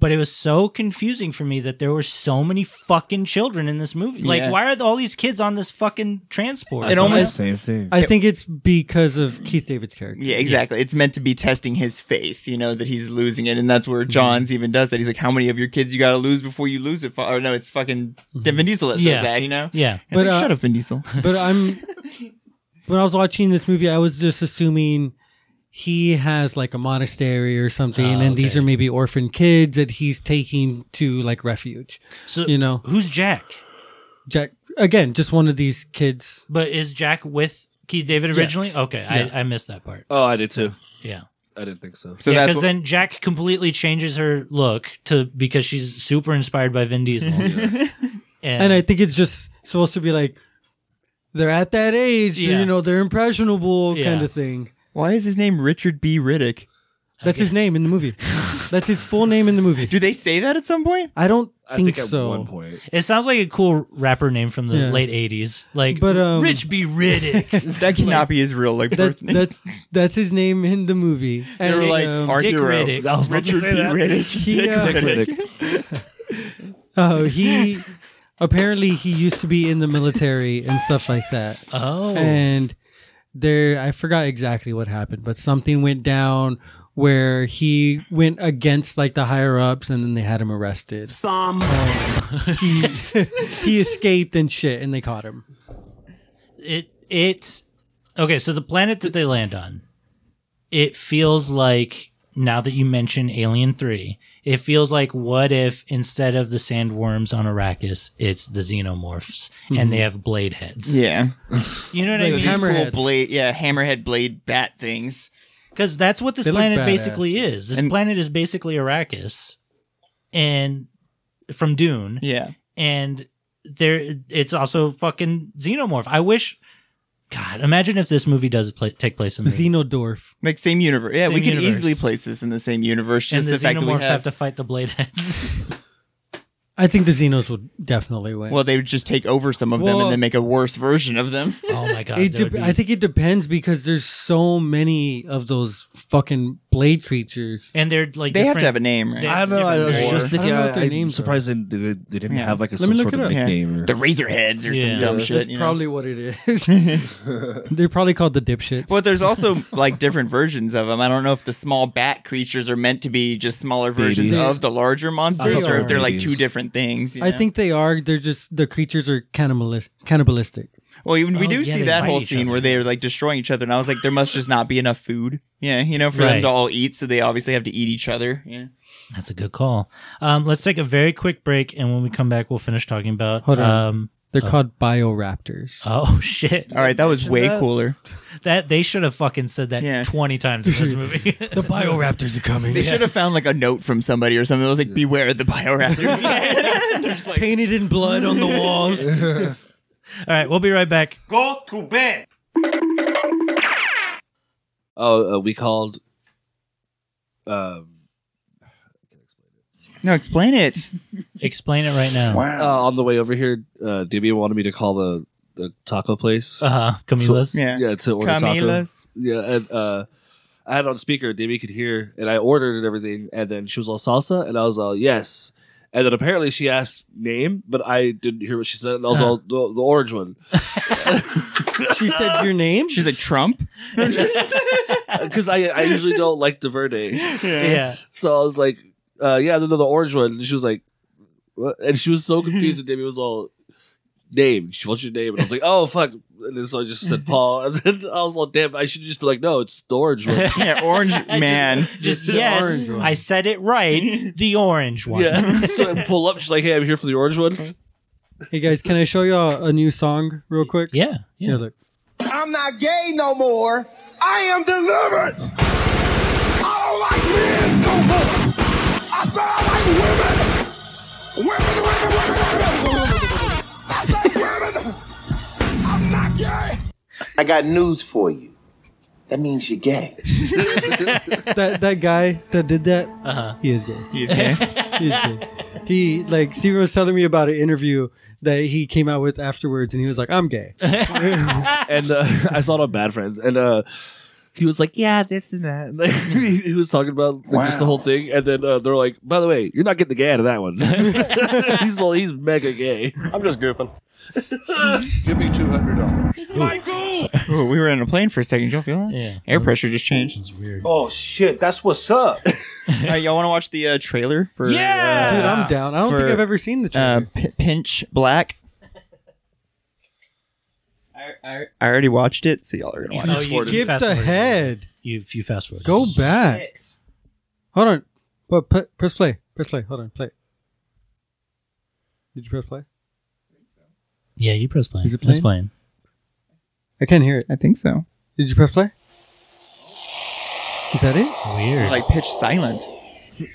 E: But it was so confusing for me that there were so many fucking children in this movie. Like,
I: Yeah.
E: why are all these kids on this fucking transport?
I: It
E: Like,
I: almost-
A: same thing.
D: I think it's because of Keith David's character.
I: Yeah, exactly. It's meant to be testing his faith, you know, that he's losing it, and that's where Johns even does that. He's like, "How many of your kids you got to lose before you lose it?" Or no, it's fucking Vin Diesel that says
E: Yeah.
I: that, you know.
E: yeah.
I: But
D: But, uh,
I: shut up, Vin Diesel.
D: But I'm when I was watching this movie, I was just assuming he has like a monastery or something,
E: Oh,
D: and these
E: okay.
D: are maybe orphan kids that he's taking to like refuge.
E: So
D: You know,
E: who's Jack?
D: Jack again, just one of these kids.
E: But is Jack with Keith David originally?
D: Yes.
E: Okay,
D: Yeah.
E: I, I missed that part.
A: oh, I did too.
E: Yeah.
A: I didn't think so.
I: So
E: yeah,
I: that's
E: because
I: what-
E: then Jack completely changes her look to because she's super inspired by Vin Diesel. (laughs) And,
D: And I think it's just supposed to be like they're at that age,
E: Yeah.
D: you know, they're impressionable kind
E: Yeah.
D: of thing.
I: why is his name Richard B. Riddick?
D: That's his name in the movie. That's his full name in the movie.
I: Do they say that at some point?
D: I don't
A: I
D: think,
A: think at
D: so.
A: one point.
E: it sounds like a cool rapper name from the
D: Yeah.
E: late '80s, like
D: But, um,
E: Rich B. Riddick.
I: That cannot be his real like
D: That,
I: birth name.
D: that's that's his name in the movie.
I: They were
D: And,
I: like
D: um,
I: our
E: Dick
I: hero,
E: Riddick.
A: I was about to
I: Richard (laughs) B.
A: say that.
I: Riddick.
D: He,
I: Dick
D: uh,
I: Riddick.
D: Oh, he apparently he used to be in the military and stuff like that.
E: oh,
D: And there I forgot exactly what happened, but something went down where he went against like the higher ups and then they had him arrested. Um,
B: Some.
D: He (laughs) he escaped and shit and they caught him.
E: it it okay so the planet that they land on it feels like now that you mention alien 3 it feels like what if instead of the sandworms on arrakis it's the xenomorphs and they have blade heads
I: (laughs) Yeah,
E: you know what i
D: Like
E: mean
I: these cool
D: hammerheads.
I: blade, yeah, hammerhead blade bat things.
E: because that's what this
D: They look
E: planet
D: badass.
E: basically is this
I: And-
E: planet is basically arrakis and from dune
I: Yeah,
E: and there it's also fucking xenomorph i wish god imagine if this movie does play, take place in the
D: Xenodorf.
I: like same universe. Yeah,
E: Same
I: we can
E: universe.
I: easily place this in the same universe.
E: and
I: Just
E: the,
I: the, fact that we
E: xenomorphs
I: have,
E: have... to fight the blade heads.
D: I think the Xenos would definitely win.
I: Well, they would just take over some of them
D: Well,
I: and then make a worse version of them.
E: oh my god!
D: it
E: that would
D: de-
E: be-
D: I think it depends because there's so many of those fucking blade creatures.
E: and they're (laughs) like
I: they have to
E: different-
I: have a name, right?
E: They-
A: I don't know. I was
E: Different
A: just
E: war.
A: thinking.
D: I don't know
A: I
D: what their
A: am
D: names are.
A: surprised they, they, they didn't
I: Yeah.
A: have like a
D: Let me
A: some
D: look
A: sort
D: it
A: of
D: up.
I: Yeah.
A: nickname or
I: The Razorheads or
E: Yeah.
I: some dumb
E: Yeah,
I: shit.
D: That's
I: you know?
D: probably what it (laughs)
E: (laughs)
D: is. They're probably called the dipshits.
I: (laughs) But there's also like different versions of them. I don't know if the small bat creatures are meant to be just smaller versions
A: Babies.
I: of the larger monsters, or
D: are
I: if they're like
A: babies.
I: two different things. you
D: I
I: know?
D: think they are. They're just the creatures are cannibalis- cannibalistic.
I: Well, even we
E: Oh,
I: do
E: yeah,
I: see
E: they
I: that
E: fight
I: whole
E: each
I: scene
E: other.
I: where they're like destroying each other, and I was like, there must just not be enough food. Yeah, you know, for them
E: Right.
I: to all eat, so they obviously have to eat each other. Yeah.
E: That's a good call. Um, let's take a very quick break, and when we come back, we'll finish talking about.
D: Hold on.
E: Um,
D: They're called bioraptors.
E: oh (laughs) shit!
I: All right, that was way cooler.
E: That they should have fucking said that
I: Yeah.
E: twenty times in this movie. (laughs)
D: The bioraptors are coming.
I: They should have found like a note from somebody or something that was like, (laughs) "Beware the bioraptors."
D: painted in blood on the walls.
E: All right, we'll be right back.
C: Go to bed.
A: Oh, uh, we called. Um,
I: No, explain it.
E: Explain it right now.
A: uh, on the way over here, uh, Dibby wanted me to call the, the taco place.
E: Uh huh. Camila's.
I: Yeah.
A: Yeah, to order tacos.
I: Camila's.
A: Yeah, and uh, I had it on speaker. Davey could hear, and I ordered and everything. And then she was all salsa, and I was all yes. And then apparently she asked name, but I didn't hear what she said, and I was
E: Uh-huh.
A: all the, the orange one
D: She said your name.
I: She's a Trump.
A: (laughs) because I I usually don't like the verde.
D: (laughs)
E: Yeah.
A: So I was like, uh, yeah, no, no, the orange one. And she was like, what? and she was so confused. And Davey was all name. She wants your name, and I was like, oh fuck. And then so I just said Paul, (laughs) and then I was all damn. I should just be like, no, it's the orange
E: (laughs)
A: one.
I: Yeah, (laughs) Orange Man.
E: Just
D: the
E: yes,
D: orange one.
E: I said it
D: (laughs)
E: right. The orange one.
A: Yeah. so I pull up. She's like, hey, I'm here for the orange one.
D: (laughs) Hey guys, can I show you a, a new song real quick?
E: Yeah.
D: Yeah,
E: yeah.
D: look.
B: I'm not gay no more. I am delivered. I don't like men no more. I said I like women. Women, women, women, women. I like women. I'm not gay.
G: I got news for you. That means you're gay.
D: (laughs) That that guy that did that,
E: Uh-huh.
D: he is gay.
I: He's gay.
D: He's gay. He like Steven was telling me about an interview that he came out with afterwards, and he was like, "I'm gay."
A: and uh, (laughs) I saw it on Bad Friends, and uh, he was like, "Yeah, this and that." (laughs) And, like, he, he was talking about like, just the whole thing, and then uh, they're like, "By the way, you're not getting the gay out of that one." (laughs) he's all, he's mega gay.
C: I'm just goofing.
F: Give me two hundred dollars.
I: Ooh, we were in a plane for a second. You don't feel that?
E: Yeah.
I: Air pressure just changed.
E: It's weird.
C: Oh shit, that's what's up.
I: (laughs) All right, y'all want to watch the uh, trailer for?
E: Yeah!
I: uh,
D: Dude, I'm down. I don't think
I: For,
D: I've ever seen the
I: uh,
D: trailer.
I: P- Pinch Black. I, I, I already watched it, so y'all are gonna watch
E: Oh,
I: it.
E: you
D: Give
E: fast
D: the
E: forward.
D: head.
E: You you fast forward.
D: Go back. Hold on. But pu- press play. Press play. Hold on. Play. Did you press play?
E: Yeah, you press play.
D: Is it
E: Press
D: playing? I can't hear it.
I: I think so.
D: Did you press play? Is that it?
E: play. Weird.
I: Like pitch silent.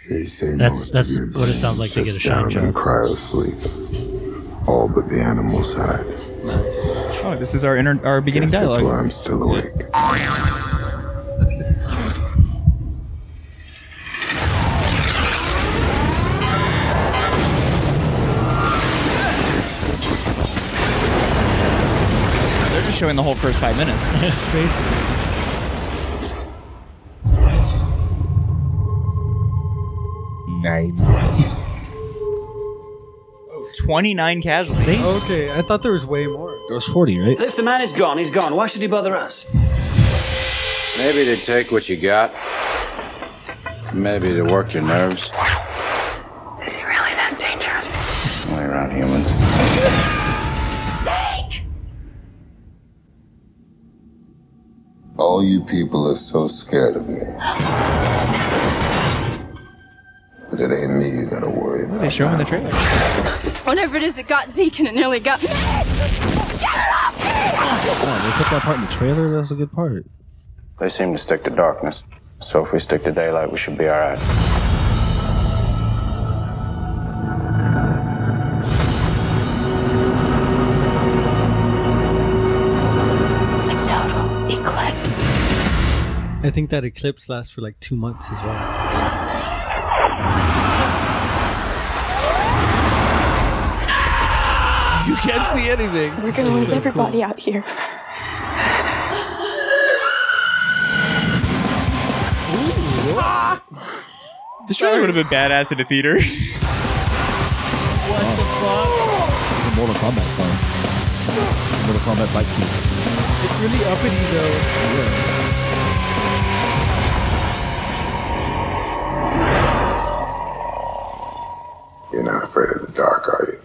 J: They say
E: That's that's what it sounds like to get a shock job.
J: cryo sleep. All but the animal side.
I: Oh, this is our inter- our beginning dialogue.
J: I'm still awake.
I: They're just showing the whole first five minutes. (laughs)
D: Basically.
A: Nine.
I: Twenty nine casualties.
E: They-
D: Okay, I thought there was way more.
A: That was forty, right?
B: If the man is gone, he's gone. Why should he bother us?
G: Maybe to take what you got. Maybe to work your nerves.
C: Is it really that dangerous?
G: Only around humans.
J: All you people are so scared of me. But it ain't me you gotta worry about.
I: They show in the trailer.
C: Whatever it is, it got Zeke and it nearly got me.
A: they put that part in the trailer. That was a good part.
G: They seem to stick to darkness. So if we stick to daylight, we should be alright.
C: A total eclipse.
D: I think that eclipse lasts for like two months as well.
A: You can't see anything.
C: We're gonna lose everybody out here.
I: This trailer would have been badass in a theater. (laughs)
A: The Mortal Kombat song. Mortal Kombat fight scene.
D: It's really uppity though.
J: You're not afraid of the dark, are you?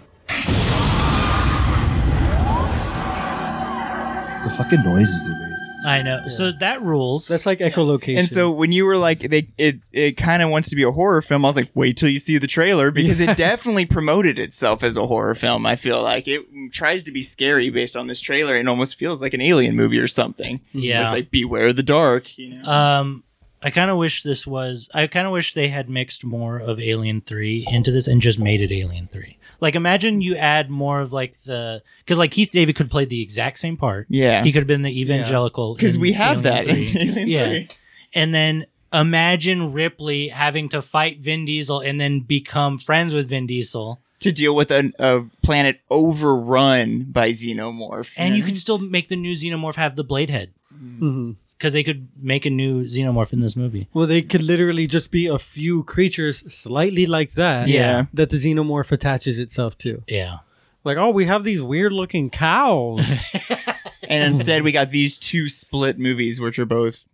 A: The fucking noises they made.
E: I know. So that rules.
D: That's like echolocation.
I: and so when you were like, they it it kind of wants to be a horror film. I was like, wait till you see the trailer
E: (laughs)
I: because it definitely promoted itself as a horror film. I feel like it tries to be scary based on this trailer and almost feels like an alien movie or something.
E: Yeah.
I: it's like beware the dark. You know.
E: um I kind of wish this was. I kind of wish they had mixed more of Alien Three into this and just made it Alien Three. Like, imagine you add more of like the because like Keith David could play the exact same part.
I: Yeah.
E: he could have been the evangelical
I: because
E: in
I: we have
E: Alien
I: that. In
E: 3.
I: Alien
E: yeah,
I: 3.
E: and then imagine Ripley having to fight Vin Diesel and then become friends with Vin Diesel.
I: to deal with an, a planet overrun by xenomorph,
E: and you could still make the new xenomorph have the blade head
I: Mm-hmm.
D: Mhm.
E: because they could make a new xenomorph in this movie
D: Well, they could literally just be a few creatures slightly like that.
I: Yeah.
D: That the xenomorph attaches itself to.
E: yeah
D: Like, oh, we have these weird looking cows.
I: and instead we got these two split movies, which are both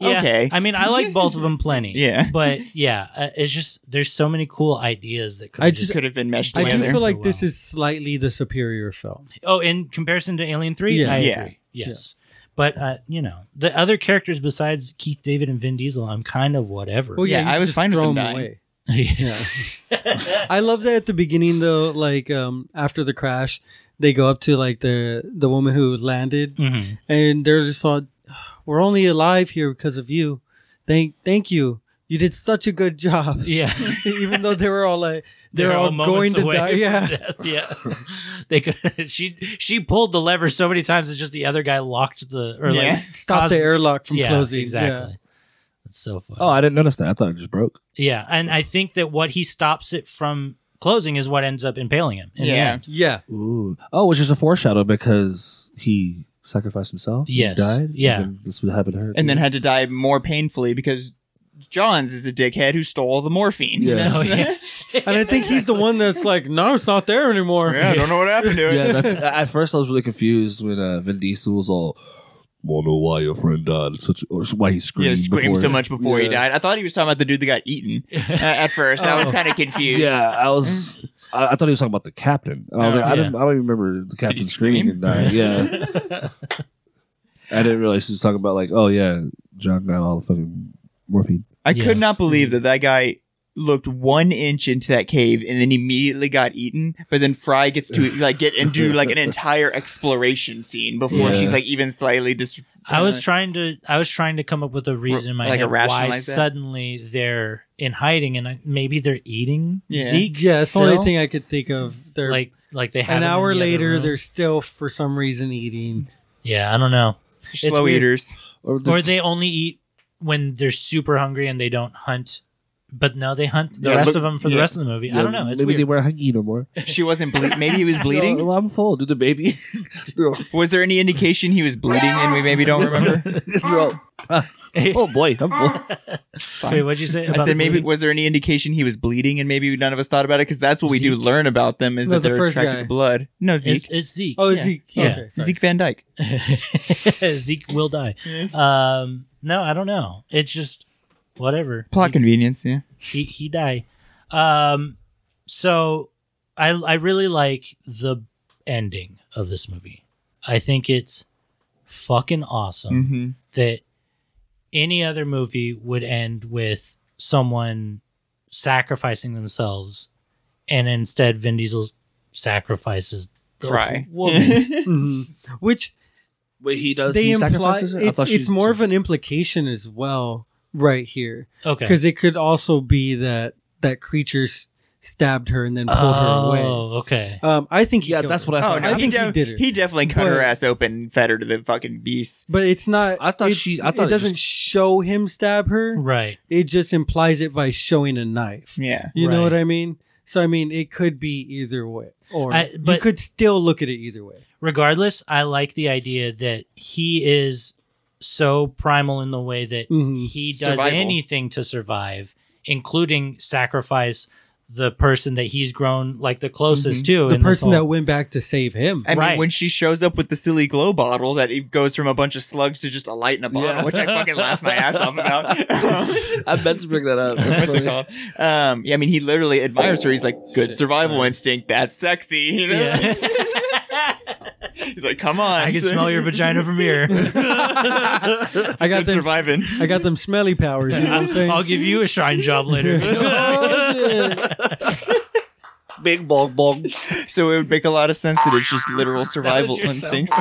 E: yeah
I: Okay.
E: i mean i
I: (laughs)
E: like both of them plenty
I: Yeah.
E: but yeah uh, it's just there's so many cool ideas that could
D: I
E: just,
D: just-
I: could have been meshed
D: I do
I: together.
D: feel like
E: So
D: this
E: well.
D: is slightly the superior film.
E: oh in comparison to alien 3
D: Yeah.
E: i
I: Yeah.
E: agree yes but uh, you know the other characters besides keith david and vin diesel i'm kind of whatever
D: Well, yeah,
I: Yeah, I
D: you
I: was
D: just
I: fine with
D: throw
I: them
D: them
E: (laughs)
I: dying.
D: away.
E: yeah.
D: I love that at the beginning though, like um after the crash, they go up to like the the woman who landed
E: Mhm.
D: and they're just like we're only alive here because of you. Thank thank you. You did such a good job. (laughs)
E: yeah
D: Even though they were all like they're,
E: They're
D: all,
E: moments
D: going to
E: away
D: die.
E: from
D: Yeah.
E: death. (laughs) yeah. They could. (laughs) She she pulled the lever so many times that just the other guy locked the or
I: Yeah.
E: like
D: Stop the
E: caused-
D: airlock from
E: yeah,
D: closing.
E: Exactly. That's so funny.
A: Oh, I didn't notice that. I thought it just broke.
E: yeah, and I think that what he stops it from closing is what ends up impaling him. in the
I: Yeah.
E: end. (laughs)
D: Yeah.
A: Ooh. Oh, which is a foreshadow because he sacrificed himself. He
E: Yes.
A: died.
E: Yeah.
A: And then this would happen to her.
I: and then had to die more painfully because Johns is a dickhead who stole the morphine.
A: Yeah.
I: (laughs)
E: No, yeah.
D: And I think he's the one that's like, no, it's not there anymore. (laughs)
I: I don't know what happened
A: (laughs)
I: to
A: yeah, that's, at first I was really confused when uh, Vin Diesel was all, "Wonder why your friend died, such or why he
I: (laughs) Yeah,
A: screamed,
I: he screamed
A: before-
I: so much before he
A: Yeah.
I: died. I thought he was talking about the dude that got eaten uh, at first. I was kind of confused.
A: Yeah, I was. I, I thought he was talking about the captain. And I was like, I,
E: yeah.
A: didn't, I don't even remember the captain
I: he
A: screaming and dying. Yeah, I didn't realize he was talking about like, oh yeah, John got all the fucking morphine.
I: I
E: Yeah. Mm.
I: could not believe that that guy looked one inch into that cave and then immediately got eaten. But then Fry gets
E: (laughs)
I: to like get and do like an entire exploration scene before
A: Yeah.
I: she's like even slightly dis. uh,
E: I was trying to I was trying to come up with a reason in my
I: like a
E: head
I: rational
E: why
I: like that?
E: suddenly they're in hiding and I, maybe they're eating
I: Yeah.
E: Zeke.
D: Yeah, it's the
E: still.
D: only thing I could think of. They're
E: Like like they have
D: an
E: him in
D: hour
E: the other
D: later,
E: room.
D: they're still for some reason eating.
E: yeah I don't know
I: slow
E: weird.
I: eaters.
A: Or,
E: or they only eat when they're super hungry and they don't hunt. But no, they hunt the
I: Yeah,
E: rest
I: look-
E: of them for the
I: yeah.
E: rest of the movie. I don't know. It's
A: maybe
E: weird.
A: they weren't hungry no more.
I: She wasn't bleeding. Maybe
E: (laughs)
I: he was bleeding.
A: No, I'm full. Do the baby. (laughs) No.
I: Was there any indication he was bleeding and we
E: (laughs)
I: maybe don't
A: (laughs)
I: remember?
A: No. Ah. oh boy, I'm full.
E: Wait, what'd you say?
I: I
E: about
I: said maybe
E: bleeding?
I: was there any indication he was bleeding and maybe none of us thought about it because that's what we do
E: Zeke.
I: learn about them is
D: No,
I: that
D: the
I: they're
D: first
I: attracted
D: guy.
I: to blood. No,
E: It's,
I: Zeke.
E: it's Zeke.
D: Oh,
I: Yeah.
D: Zeke.
E: Yeah.
D: Okay, sorry.
I: Zeke Van Dyke.
E: (laughs) Zeke will die. Um, no, I don't know. It's just whatever.
I: Plot convenience, yeah.
E: He he die. Um, so I I really like the ending of this movie. I think it's fucking awesome.
D: Mm.
I: Mm-hmm.
E: that any other movie would end with someone sacrificing themselves, and instead Vin Diesel sacrifices the
I: Fry.
D: (laughs)
E: woman.
D: Mhm. Which
A: Wait, he does.
D: they
A: he
D: imply
A: sacrifices
D: it's,
A: her? I thought she-
D: it's more of an implication as well, right here,
E: okay.
D: because it could also be that that creature s- stabbed her and then pulled her away.
E: Oh, okay.
D: Um, I think he
A: Yeah,
D: killed
A: that's
D: her.
A: what I
I: Oh
A: thought.
I: no,
D: I
I: he,
D: think he
I: def-
D: did it.
I: he definitely cut her
D: But-
I: ass open and fed her to the fucking beast.
D: But it's not.
A: I thought
D: it's-
A: she- I thought
D: it
A: it
D: doesn't
A: just-
D: show him stab her.
E: Right.
D: It just implies it by showing a knife.
I: Yeah.
D: You
E: Right.
D: know what I mean? So I mean, it could be either way, or
E: I-
D: you
E: but-
D: could still look at it either way.
E: Regardless, I like the idea that he is so primal in the way that
D: Mhm.
E: he does
I: Survival.
E: anything to survive, including sacrifice the person that he's grown like the closest to.
D: Mm-hmm. The
E: in this
D: person
E: whole-
D: that went back to save him.
I: I
E: Right.
I: mean, when she shows up with the silly glow bottle that it goes from a bunch of slugs to just a light in a bottle,
A: Yeah.
I: which I fucking laugh my ass
D: (laughs)
I: off about.
A: (laughs) I meant to bring that up. That's
I: What's it
A: funny.
I: called? Um, yeah, I mean, he literally admires her. He's like, good survival instinct. That's sexy. You know? (laughs) He's like, come on.
E: I can smell
I: (laughs)
E: your vagina from
D: (laughs)
E: here.
D: I got
I: Good
D: them.
I: surviving.
D: I got them smelly powers. You know what I'm
E: (laughs)
D: saying? Oh,
E: I'll give you a shrine
D: (laughs)
E: job later. (laughs)
A: Big bong bong.
I: (laughs) So it would make a lot
D: (laughs)
I: of sense that it's just literal survival
E: your sound.
I: instincts.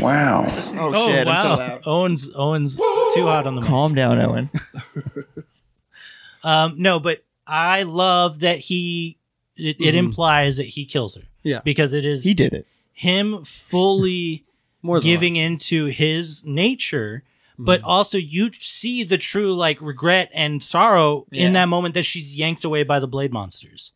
J: Wow.
I: (laughs) Oh, shit! I'm so loud.
E: Owen's Owen's too out on the mic.
I: Calm down,
D: (laughs)
I: Owen.
E: Um, no, but I love that he. It, it implies that he kills her.
D: Mm-hmm. Yeah.
E: because it is
I: He did it.
E: him fully
D: More Mm-hmm. than
E: giving into his nature.
I: Mhm.
E: But also, you see the true like regret and sorrow
I: Yeah.
E: in that moment that she's yanked away by the blade monsters,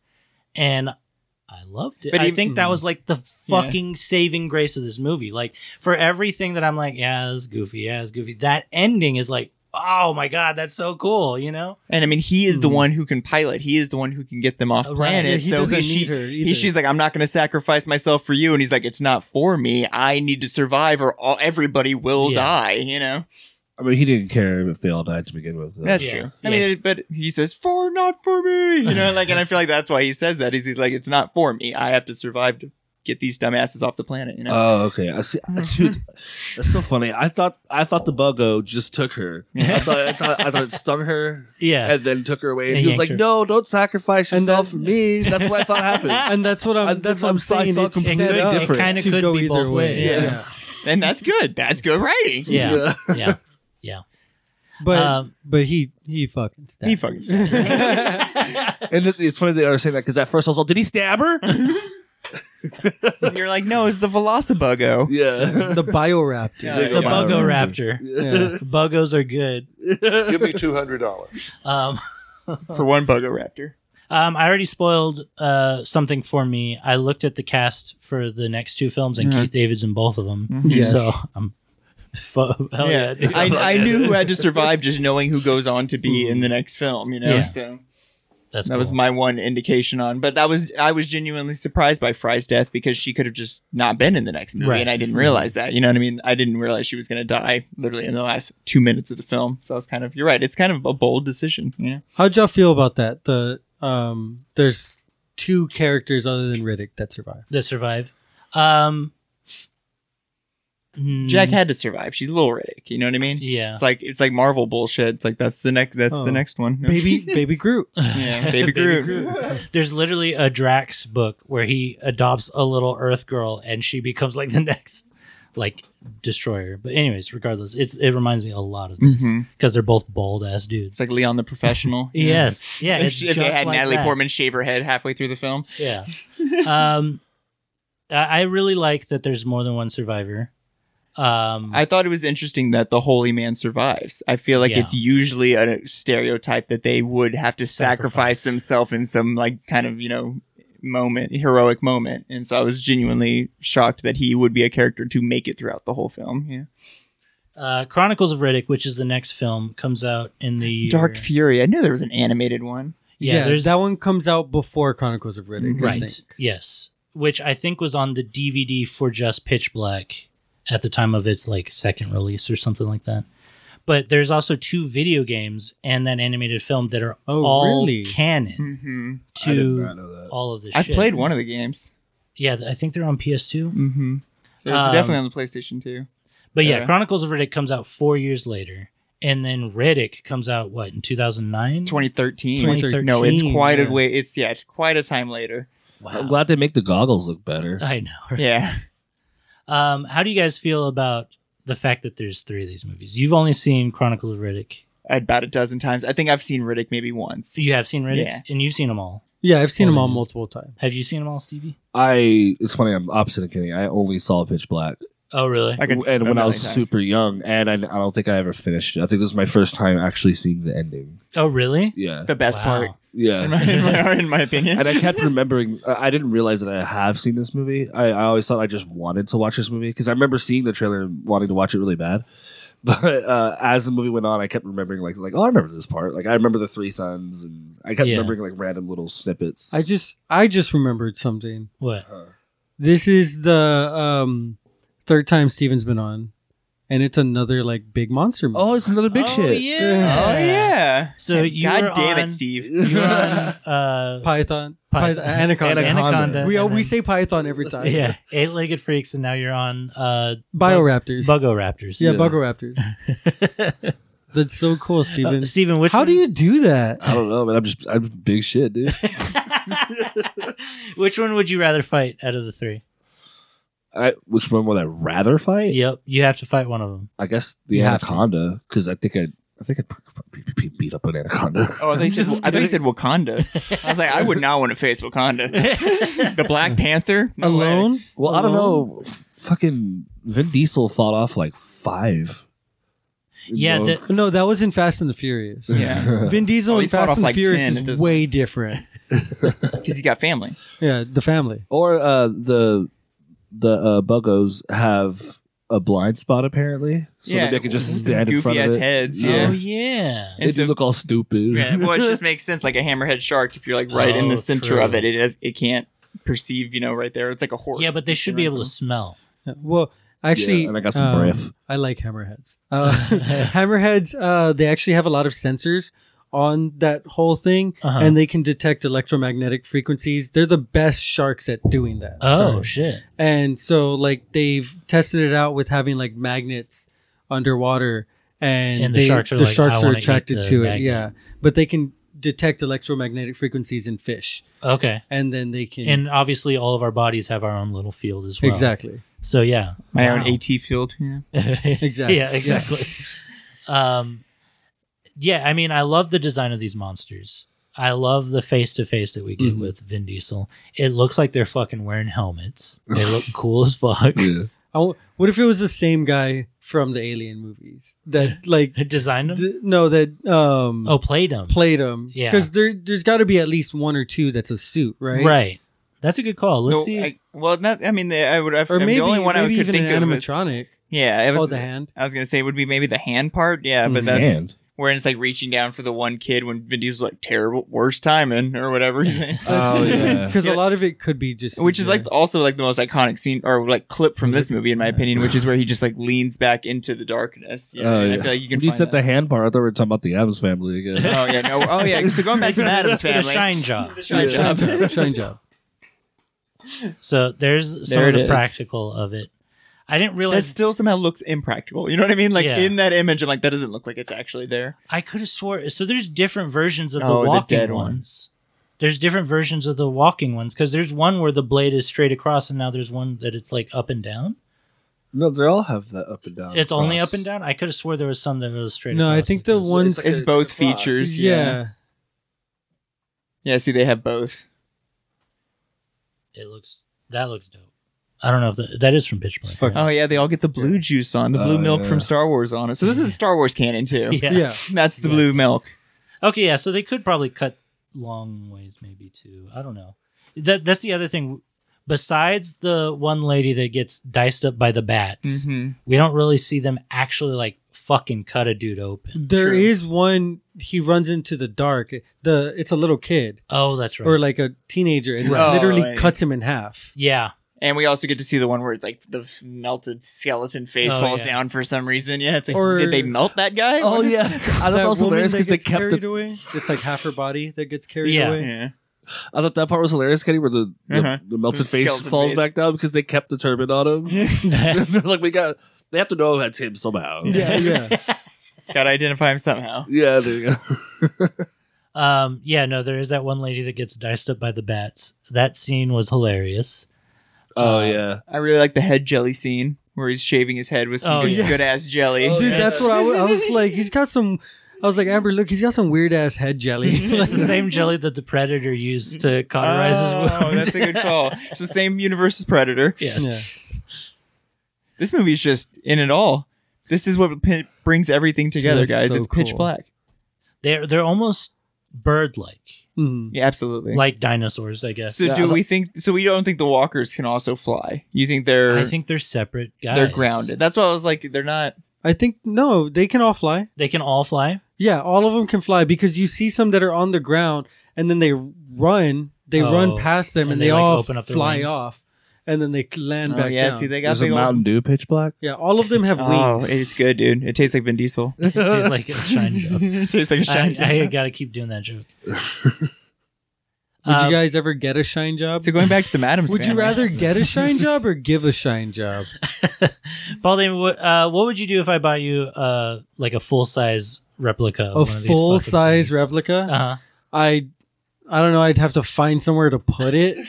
E: and I loved it.
I: But
E: I
I: even- Mhm.
E: think that was like the fucking saving grace of this movie. Like for everything that I'm like, yeah, this is goofy, yeah, it's goofy. That ending is like, oh my god, that's so cool. You know,
I: And I mean, he is the one who can pilot. He is the one who can get them off
E: Right.
I: planet.
D: Hmm. Yeah, he
I: so
D: doesn't
I: he, she,
D: need her
I: he-
D: either.
I: she's like, I'm not going to sacrifice myself for you. And he's like, It's not for me. I need to survive, or all, everybody will
E: Yeah.
I: die. You know,
A: I mean, he didn't care if they all died to begin with. though.
I: that's
E: Yeah.
I: true. I
E: Yeah.
I: mean, but he says, For not for me. You know, like,
D: (laughs)
I: and I feel like that's why he says that. Is he's like, It's not for me. I have to survive to get these dumbasses off the planet. You know,
D: Uh,
A: Oh, okay. I see, dude. That's so funny. I thought I thought the buggo just took her. I thought I thought, I thought it stung her
E: yeah,
A: and then took her away. And,
E: And
A: he was like,
E: yanked her.
A: "No, don't sacrifice
D: And
A: yourself for
D: then-
A: me." That's what I thought happened.
D: (laughs) And that's what
E: Uh,
D: I'm.
A: I-
D: that's
A: that's
D: what I'm
A: what I
D: saying.
A: saw
D: It's
A: completely
D: set up
A: different.
E: Kinda
D: to
E: could
D: go
E: be
D: either
E: both
D: way. (laughs)
E: ways.
D: Yeah.
I: Yeah. and that's good. That's good
D: (laughs)
I: writing.
E: yeah, yeah.
I: (laughs)
D: But
E: Um,
D: but he he fucking stabbed.
I: He
D: her.
I: fucking said it.
A: And it- it's funny they are saying that because at first I was like, "Did he stab her?"
I: And You're like, No, it's the Velocibuggo.
D: (laughs)
A: yeah.
D: (laughs) the bioraptor.
I: Yeah,
J: There
E: The
J: you go.
E: Buggo Raptor. (laughs)
D: Yeah.
E: Buggos are good.
J: (laughs) Give me two hundred dollars.
E: Um,
I: For one Buggo Raptor.
E: Um, I already spoiled uh, something for me. I looked at the cast for the next two films, and
I: Mm-hmm.
E: Keith David's in both of them.
D: Yes.
E: (laughs) So I'm. Fo- hell Oh, yeah.
I: yeah,
E: dude. (laughs)
I: I, I knew who had to survive just knowing who goes on to be in the next film. You know,
E: Yeah.
I: so
E: That's
I: that was
E: cool.
I: my one indication on. But that was I was genuinely surprised by Fry's death because she could have just not been in the next movie,
E: Right. Mm-hmm.
I: and I didn't realize that. You know what I mean? I didn't realize she was going to die literally in the last two minutes of the film. So I was kind of you're right. It's kind of a bold decision. Yeah,
E: Mm-hmm.
D: How'd y'all feel about that? The um, there's two characters other than Riddick that survive.
E: The survive. Um, mm,
I: Jack had to survive. She's Lil Riddick. You know what I mean?
E: Yeah.
I: It's like it's like Marvel bullshit. It's like that's the next that's
D: Oh.
I: the next
E: (laughs)
I: one.
D: Baby baby Groot.
I: (laughs) yeah, baby Groot.
E: There's literally a Drax book where he adopts a little Earth girl, and she becomes like (laughs) the next like destroyer. But anyways, regardless, it's it reminds me a lot of this
I: Mhm.
E: because they're both bald ass dudes.
I: It's like Leon the Professional. you know?
E: Yes. Yeah.
I: if,
E: it's
I: she- if they
E: just
I: had
E: like
I: Natalie
E: that.
I: Portman shave her head halfway through the film. (laughs)
E: Yeah. Um, I I really like that there's more than one survivor. Um,
I: I thought it was interesting that the holy man survives. I feel like
E: Yeah.
I: it's usually a stereotype that they would have to sacrifice,
E: Sacrifice.
I: themselves in some like kind of, you know, moment, heroic moment. And so I was genuinely shocked that he would be a character to make it throughout the whole film. Yeah.
E: uh, Chronicles of Riddick, which is the next film, comes out in the
I: Dark Fury. I knew there was an animated one.
E: Yeah, there's
D: that one comes out before Chronicles of Riddick. I
E: right.
D: think.
E: Yes, which I think was on the DVD for just Pitch Black at the time of its like second release or something like that. But there's also two video games and that animated film that are
D: Oh,
E: all
D: really?
E: canon
I: Mm-hmm.
A: I did
E: to
A: not know that.
E: all of this.
I: I
E: shit.
I: played one of the games.
E: Yeah, I think they're on PS2.
I: Mm-hmm. It's
E: Um,
I: definitely on the PlayStation 2.
E: But yeah,
I: Yeah.
E: Chronicles of Riddick comes out four years later, and then Riddick comes out what in two thousand nine?
I: 2013.
E: 2013,
I: No, it's quite
E: yeah.
I: a way. It's yeah, it's quite a time
E: (laughs)
I: later.
A: I'm
E: Wow,
A: glad they make the goggles look better.
E: I know. right?
I: Yeah.
E: Um, how do you guys feel about the fact that there's three of these movies? You've only seen Chronicles of Riddick.
I: about a dozen times. I think I've seen Riddick maybe once.
E: You have seen Riddick,
I: Yeah.
E: and you've seen them all.
D: Yeah, I've seen
E: Or
D: them all
E: maybe-
D: multiple times.
E: Have you seen them all, Stevie?
A: I it's funny. I'm opposite of Kenny. I only saw Pitch Black,
E: Oh, really?
I: Like a-
A: and
I: a
A: when I
I: million
A: was
I: times.
A: super young, and I, I don't think I ever finished it. I think this was my first time actually seeing the ending.
E: oh, really?
A: Yeah,
I: the best
E: Wow.
I: part,
A: (laughs)
I: in
A: yeah.
I: my, in my- in my opinion.
A: and I kept remembering. I I didn't realize that I have seen this movie. I, I always thought I just wanted to watch this movie because I remember seeing the trailer and wanting to watch it really bad. (laughs) But uh, as the movie went on, I kept remembering like like oh I remember this part. Like I remember the three sons, and I kept
E: Yeah.
A: remembering like random little snippets.
D: I just I just remembered something.
E: What?
D: This is the um third time Steven's been on, and it's another like big monster. Movie.
A: oh, it's another big
E: oh,
A: shit. (laughs)
E: Yeah.
I: oh yeah.
E: So you were
I: God damn
E: on-
I: it, Steve.
E: (laughs) You're
D: (laughs)
E: on, uh,
D: Python,
E: Pyth-
D: Python, anaconda.
A: Anaconda.
D: We
E: and
D: all, we
E: then-
D: say Python every time.
E: yeah, eight-legged freaks, and now you're on uh,
D: Bioraptors.
E: Buggo Raptors. (laughs)
D: yeah, Bugoraptors. That's so cool, Steven.
E: Uh, Steven, which
D: How do
E: one-
D: you do that?
A: I don't know, man. I'm just I'm big shit, (laughs) dude.
E: (laughs) Which one would you rather fight out of the three?
A: I, which one would I rather fight?
E: Yep, you have to fight one of them.
A: I guess the
E: You have to.
A: anaconda because I think I, I think I probably beat up an anaconda.
E: (laughs)
I: Oh, I thought you said, I thought you said Wakanda. I was like, I would not want to face Wakanda.
E: (laughs)
I: the Black Panther No way. (laughs)
D: alone.
A: Well, I don't
D: Alone?
A: know. F- Fucking Vin Diesel fought off like five.
E: Yeah,
A: No.
E: the-
D: No, that was in Fast and the Furious.
I: Yeah,
D: Vin Diesel
I: Oh,
D: in
I: he's fought
D: Fast
I: off
D: and
I: like
D: Furious
I: 10, it
D: is
I: doesn't-
D: way different.
I: because he's got family.
D: Yeah, the family.
A: or uh, the the uh, buggos have a blind spot apparently, so
I: Yeah. Mm-hmm.
A: that they can just stand in
I: Goofy
A: front of
I: ass
A: it.
I: heads.
E: Oh
I: Yeah.
E: yeah.
A: (laughs) They
I: And
A: do
I: so-
A: (laughs) look all stupid.
I: yeah.
E: (laughs)
I: Well, it just makes sense. Like a hammerhead shark, if you're like right in
E: Oh,
I: the center
E: true.
I: of it, it has, it can't perceive. You know, right there. It's like a horse.
E: Yeah, but they should be able to smell.
D: Yeah, Well, actually, um,
A: Yeah, and I got some breath.
D: I like
A: (laughs)
D: hammerheads. Uh, hammerheads, uh, they actually have a lot of sensors on that whole thing,
E: Uh-huh.
D: and they can detect electromagnetic frequencies. They're the best sharks at doing that.
E: Oh
D: Sorry.
E: shit.
D: and so like they've tested it out with having like magnets underwater, and,
E: And the
D: they-
E: sharks are like, "I wanna eat
D: attracted
E: the
D: to
E: magnet."
D: it. Yeah, but they can detect electromagnetic frequencies in fish,
E: Okay.
D: and then they can
E: And obviously, all of our bodies have our own little field as well.
D: exactly.
E: So yeah,
I: my own
E: Wow.
I: AT field. Yeah.
D: Exactly.
E: yeah, exactly. um, yeah, I mean, I love the design of these monsters. I love the face to face that we get with Vin Diesel. It looks like they're fucking wearing helmets. They look cool as fuck.
A: Yeah.
D: I w- what if it was the same guy from the Alien movies that like
E: Designed them.
D: d- no that um
E: oh, played them.
D: played him?
E: Yeah.
D: because there there's got to be at least one or two that's a suit, right?
E: right? That's a good call. Let's
I: No,
E: see.
I: I, well, not. I mean, the, I would. I,
D: Or maybe,
I: the only one I
D: maybe
I: could
D: even
I: think
D: an
I: of. Is,
D: animatronic.
I: yeah. I,
D: oh,
I: would-
D: the hand.
I: I was gonna say would be maybe the hand part.
A: Oh,
I: Yeah, but that's
A: And
I: where it's like reaching down for the one kid when Vin Diesel's like terrible, worst timing or
A: (laughs)
I: whatever. (laughs)
A: oh yeah,
D: Because
I: Yeah.
D: a lot of it could be just
I: which is like
D: CGI.
I: also like the most iconic scene or like clip from this movie in my opinion which is where he just like leans back into the darkness yeah,
A: Oh,
I: and
A: yeah.
I: i feel like you can
A: When you
I: find
A: said the
I: that.
A: hand part, I thought we were talking about the Adams family again.
I: oh yeah no oh yeah so going back to the
E: That's
I: Adams
E: for the
I: family
E: shine job.
I: (laughs) The (laughs) shine (laughs)
A: (laughs)
I: job.
D: shine job.
E: So there's some
I: There
E: of
I: it
E: the
I: is.
E: practical of it. I didn't
I: that
E: realize
I: still somehow looks impractical you know what i mean like
E: Yeah.
I: in that image i'm like that doesn't look like it's actually there
E: I could have swore. So there's different versions of
I: Oh,
E: the
I: the
E: walking
I: dead
E: ones.
I: one.
E: There's different versions of the walking ones because there's one where the blade is straight across, and now there's one that it's like up and down.
A: No, they all have that up and down.
E: it's only
A: cross.
E: up and down. I could have swore there was some that was straight.
D: No, I
E: across
D: think
E: like
D: the
E: this.
D: one-
I: it's, it's both
A: Cross.
I: features
D: yeah.
I: yeah yeah see they have both
E: It looks that looks dope. I don't know if that, that is from Pitch Black.
D: Fuck.
I: oh yeah they all get the blue juice on the blue
A: Oh,
I: milk
A: yeah.
I: from star wars on it so this is star wars canon too
E: (laughs) Yeah.
D: yeah,
I: that's the
E: Yeah.
I: blue milk
E: Okay. Yeah. So they could probably cut long ways, maybe too. I don't know. That that's the other thing. Besides the one lady that gets diced up by the bats,
I: Mhm.
E: we don't really see them actually like fucking cut a dude open.
D: There
I: True.
D: is one. He runs into the dark. The it's a little kid
E: Oh, that's right.
D: or like a teenager and
I: Right.
D: literally
I: Oh, right.
D: cuts him in half.
E: yeah,
I: And we also get to see the one where it's like the f- melted skeleton face
E: Oh,
I: falls
E: yeah.
I: down for some reason. Yeah, it's like,
D: Or-
I: did they melt that
A: (laughs)
I: guy?
A: Oh
I: What is-
D: (laughs)
A: yeah, I thought that was hilarious because they
D: gets
A: kept the
D: carried away. It's like half her body that gets carried
E: Yeah.
D: away.
I: Yeah.
A: I thought that part was hilarious, Kenny, where the the,
I: Uh-huh.
A: the melted
I: The
A: face
I: skeleton
A: falls
I: face.
A: back down because they kept the turban on him. (laughs) They're like we got, they have to know that's him somehow.
E: Oh,
D: Yeah, yeah.
I: Gotta identify him somehow.
A: (laughs) yeah. There you go.
E: um, yeah. No, there is that one lady that gets diced up by the bats. That scene was hilarious.
A: Oh
D: Uh,
A: yeah.
I: I really like the head jelly scene where he's shaving his head with some
E: Oh,
I: good,
E: yeah.
I: ass jelly.
A: Oh,
D: (laughs) Dude,
A: yeah.
D: that's what I wa- I was like. He's got some. I was like, Amber, look, he's got some weird ass head
I: (laughs)
D: jelly.
E: It's the same jelly that the predator used to cauterize his
I: Oh,
E: wound.
I: that's a good call. It's the same universe as Predator.
E: yeah.
D: yeah.
I: This movie's just in it all. This is what p- brings everything together,
D: That's
I: guys.
D: so
I: it's pitch
D: cool.
I: black.
E: They're they're almost bird-like,
D: Mhm.
I: Yeah, absolutely.
E: like dinosaurs, I guess.
I: so do we think? So we don't think the walkers can also fly. You think they're
E: I think they're separate guys.
I: they're grounded? That's why I was like, they're not.
D: I think no, they can all fly.
E: They can all fly.
D: Yeah, all of them can fly because you see some that are on the ground and then they run. They
E: Oh,
D: run past them
E: and
D: and,
E: they,
D: they,
E: like,
D: all
E: open up their
D: fly
E: wings.
D: off, and then they land
I: Oh,
D: back
I: yeah,
D: down.
I: see, they got
A: There's a
I: big old-
A: Mountain Dew pitch black.
D: yeah, all of them have
I: (laughs) Oh,
D: wings.
I: it's good, dude. It tastes like
E: (laughs)
I: Vin Diesel.
E: It tastes like a (laughs) shine job.
I: it tastes like shine.
E: I, I gotta keep doing that joke.
D: Would
I: uh,
E: Um,
D: you guys ever get a shine job?
I: so going back to the Madams,
D: Would you
I: family,
D: rather get a shine job or give a shine job?
E: Paul Damon, what, uh, what would you do if I bought you uh, like a full size replica?
D: A
E: Of (laughs) one of these fucking
D: full size
E: things?
D: replica?
E: Uh-huh.
D: I I don't know, (laughs)
E: Uh-huh.
D: I'd have to find somewhere to put it.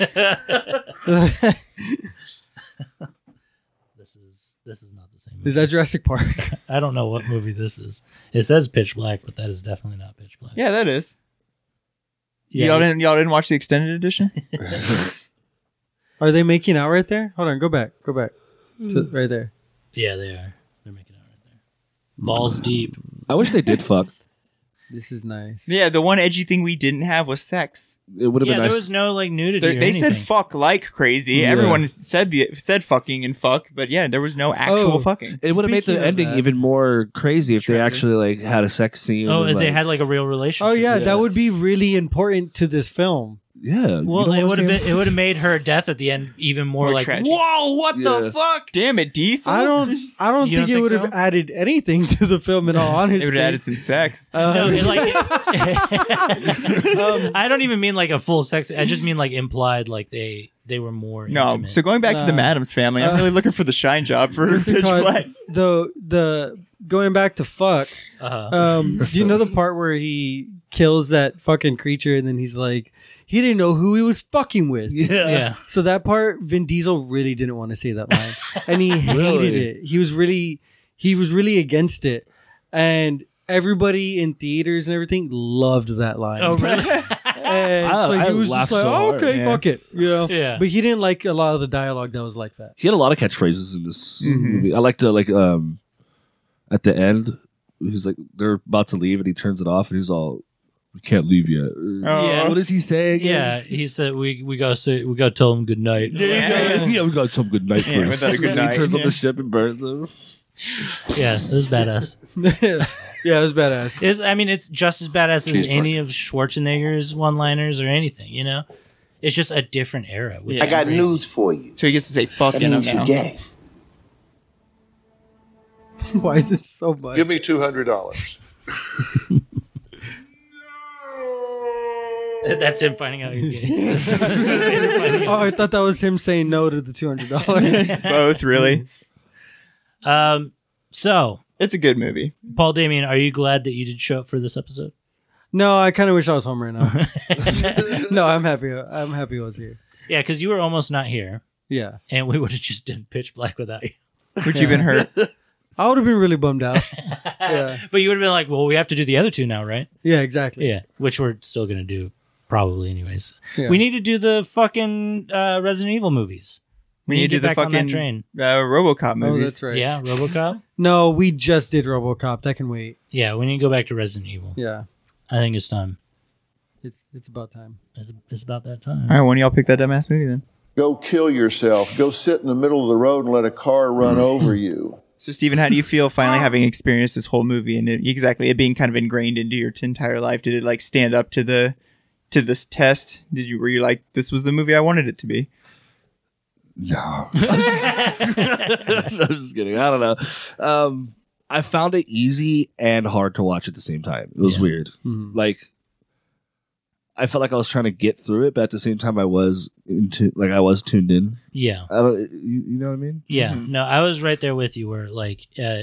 E: This is not the same.
D: Is that Jurassic Park? (laughs)
E: I don't know what movie this is. It says Pitch Black, but that is definitely not Pitch Black.
I: Yeah, that is.
E: Yeah,
I: y'all
E: it-
I: didn't y'all didn't watch the
D: (laughs)
I: extended edition?
D: Are they making out right there? Hold on, go back, go back, to,
E: Hmm.
D: right there.
E: Yeah, they are. They're making out right there. Balls
D: Mm.
E: deep.
A: I wish they did fuck.
D: This is nice.
I: yeah, the one edgy thing we didn't have was sex.
A: It would have
E: Yeah,
A: been
E: there
A: nice.
E: was no like nudity.
I: They-
E: or
I: they said
E: anything.
I: fuck like crazy.
A: Yeah.
I: Everyone said the said fucking and fuck, but yeah, there was no actual
D: Oh.
I: fucking.
A: it would have made
D: Speaking
A: the
D: of
A: ending
D: that-
A: even more crazy if they
I: Tragic.
A: actually like had a sex scene.
E: Oh,
A: and,
E: if they
A: like-
E: had like a real relationship.
D: Oh yeah, that would be really important to this film.
A: Yeah. you
E: Well,
A: don't
E: it
A: wanna
E: would have
A: see
E: been. It would have made her death at the end even more,
I: More
E: like.
I: tragic.
E: Whoa! What
A: Yeah.
E: the fuck?
I: Damn it, Diesel.
D: I don't.
E: (laughs)
D: I don't
E: You
D: think
E: don't
D: it
E: think
D: would have
E: so?
D: added anything (laughs) to the film
E: (laughs)
D: in all honesty.
I: It would have added some sex.
D: Uh, um,
E: No,
D: (laughs)
E: it, like. (laughs) it- I don't even mean like a full sex. I just mean like implied, like they they were more.
I: no,
E: intimate.
I: so going back to the
D: Uh,
I: Madams family, I'm
D: uh,
I: really looking for the shine job for (laughs)
D: what's it
I: Pitch
D: called?
I: Black.
D: The the going back to fuck.
E: Uh-huh.
D: Um, do you know the part where he kills that fucking creature and then he's like, he didn't know who he was fucking
E: (laughs)
D: with.
A: it. Yeah.
E: (laughs) yeah.
D: (laughs) So that part, Vin Diesel really didn't want to say that line,
A: (laughs)
D: and he hated
A: Really?
D: it. He was really, he was really against it, and everybody in theaters and everything loved that line.
E: Oh really?
D: And
A: (laughs) I-
D: (laughs) so
A: I
D: he was
A: laughed
D: just like,
A: so
D: "Oh,
A: hard."
D: okay,
I: Yeah.
D: fuck it, you know.
E: Yeah.
D: But he didn't like a lot of the dialogue that was like that. (laughs)
A: He had a lot of catchphrases in this
I: Mhm.
A: movie. I like the like um at the end, he's like they're about to leave and he turns it off and he's all we can't leave yet.
I: Yeah.
A: What does he say again?
E: (laughs) yeah. He said we we go say we go tell him good
A: (laughs)
E: night.
A: Yeah, yeah,
I: Yeah.
A: (laughs) yeah, we got some good night
I: Yeah,
A: first.
I: without a good night,
A: (laughs) He turns
I: yeah.
A: on the ship and burns him.
E: Yeah, this is badass.
D: yeah, it was badass.
E: It's, I mean, it's just as badass as
A: Cheeseburger.
E: any of Schwarzenegger's one-liners or anything. You know, it's just a different era. Which
I: Yeah.
B: I
E: is
B: got
E: crazy.
B: news for you.
I: So he gets to say
B: That
I: fucking
B: means
I: now.
B: you're gay.
D: (laughs) Why is it so much?
J: Give me $200.
E: (laughs) That's him finding out he's
D: (laughs)
E: gay.
D: oh, I thought that was him saying no to the two hundred dollars. (laughs)
I: (laughs) Both really.
E: um, so
I: It's a good movie.
E: Paul Damien, are you glad that you did show up for this episode?
D: no, I kind of wish I was home right now. (laughs) no, I'm happy. I'm happy I was here.
E: Yeah, because you were almost not here,
D: Yeah,
E: and we (laughs) would have just done Pitch Black without you.
I: Would you been hurt?
D: I would have been really
A: (laughs)
D: bummed out. yeah,
E: But you would have been like, "Well, we have to do the other two now, right?"
D: yeah, exactly.
E: Yeah, which we're still gonna do probably, anyways.
D: Yeah.
E: We need to do the fucking uh, Resident Evil movies.
I: We need to do the
E: get back on
I: fucking
E: that train.
I: uh, RoboCop
D: Oh,
I: movies.
D: that's right.
E: Yeah, RoboCop.
I: (laughs)
D: No, we just did RoboCop. That can wait.
E: Yeah, we need to go back to Resident Evil.
D: Yeah,
E: I think it's time.
D: it's it's about time.
E: It's, it's about that
I: (laughs)
E: time.
I: All right, one of y'all pick that dumbass movie then.
J: Go kill yourself. Go sit in the middle of the road and let a car run over you.
I: So, Steven, how do you feel finally having experienced this whole movie and it, exactly it being kind of ingrained into your entire life? Did it like stand up to the to this test? Did you were you like this was the movie I wanted it to be?
A: (laughs)
J: No.
A: I'm just kidding. I don't know. Um, I found it easy and hard to watch at the same time. It was
E: Yeah.
A: weird.
E: Mm-hmm.
D: Mhm.
A: Like, I felt like I was trying to get through it, but at the same time, I was into like I was tuned in.
E: Yeah,
A: I don't, you, you know what I mean?
E: yeah.
I: Mm-hmm.
E: No, I was right there with you. Where like, uh,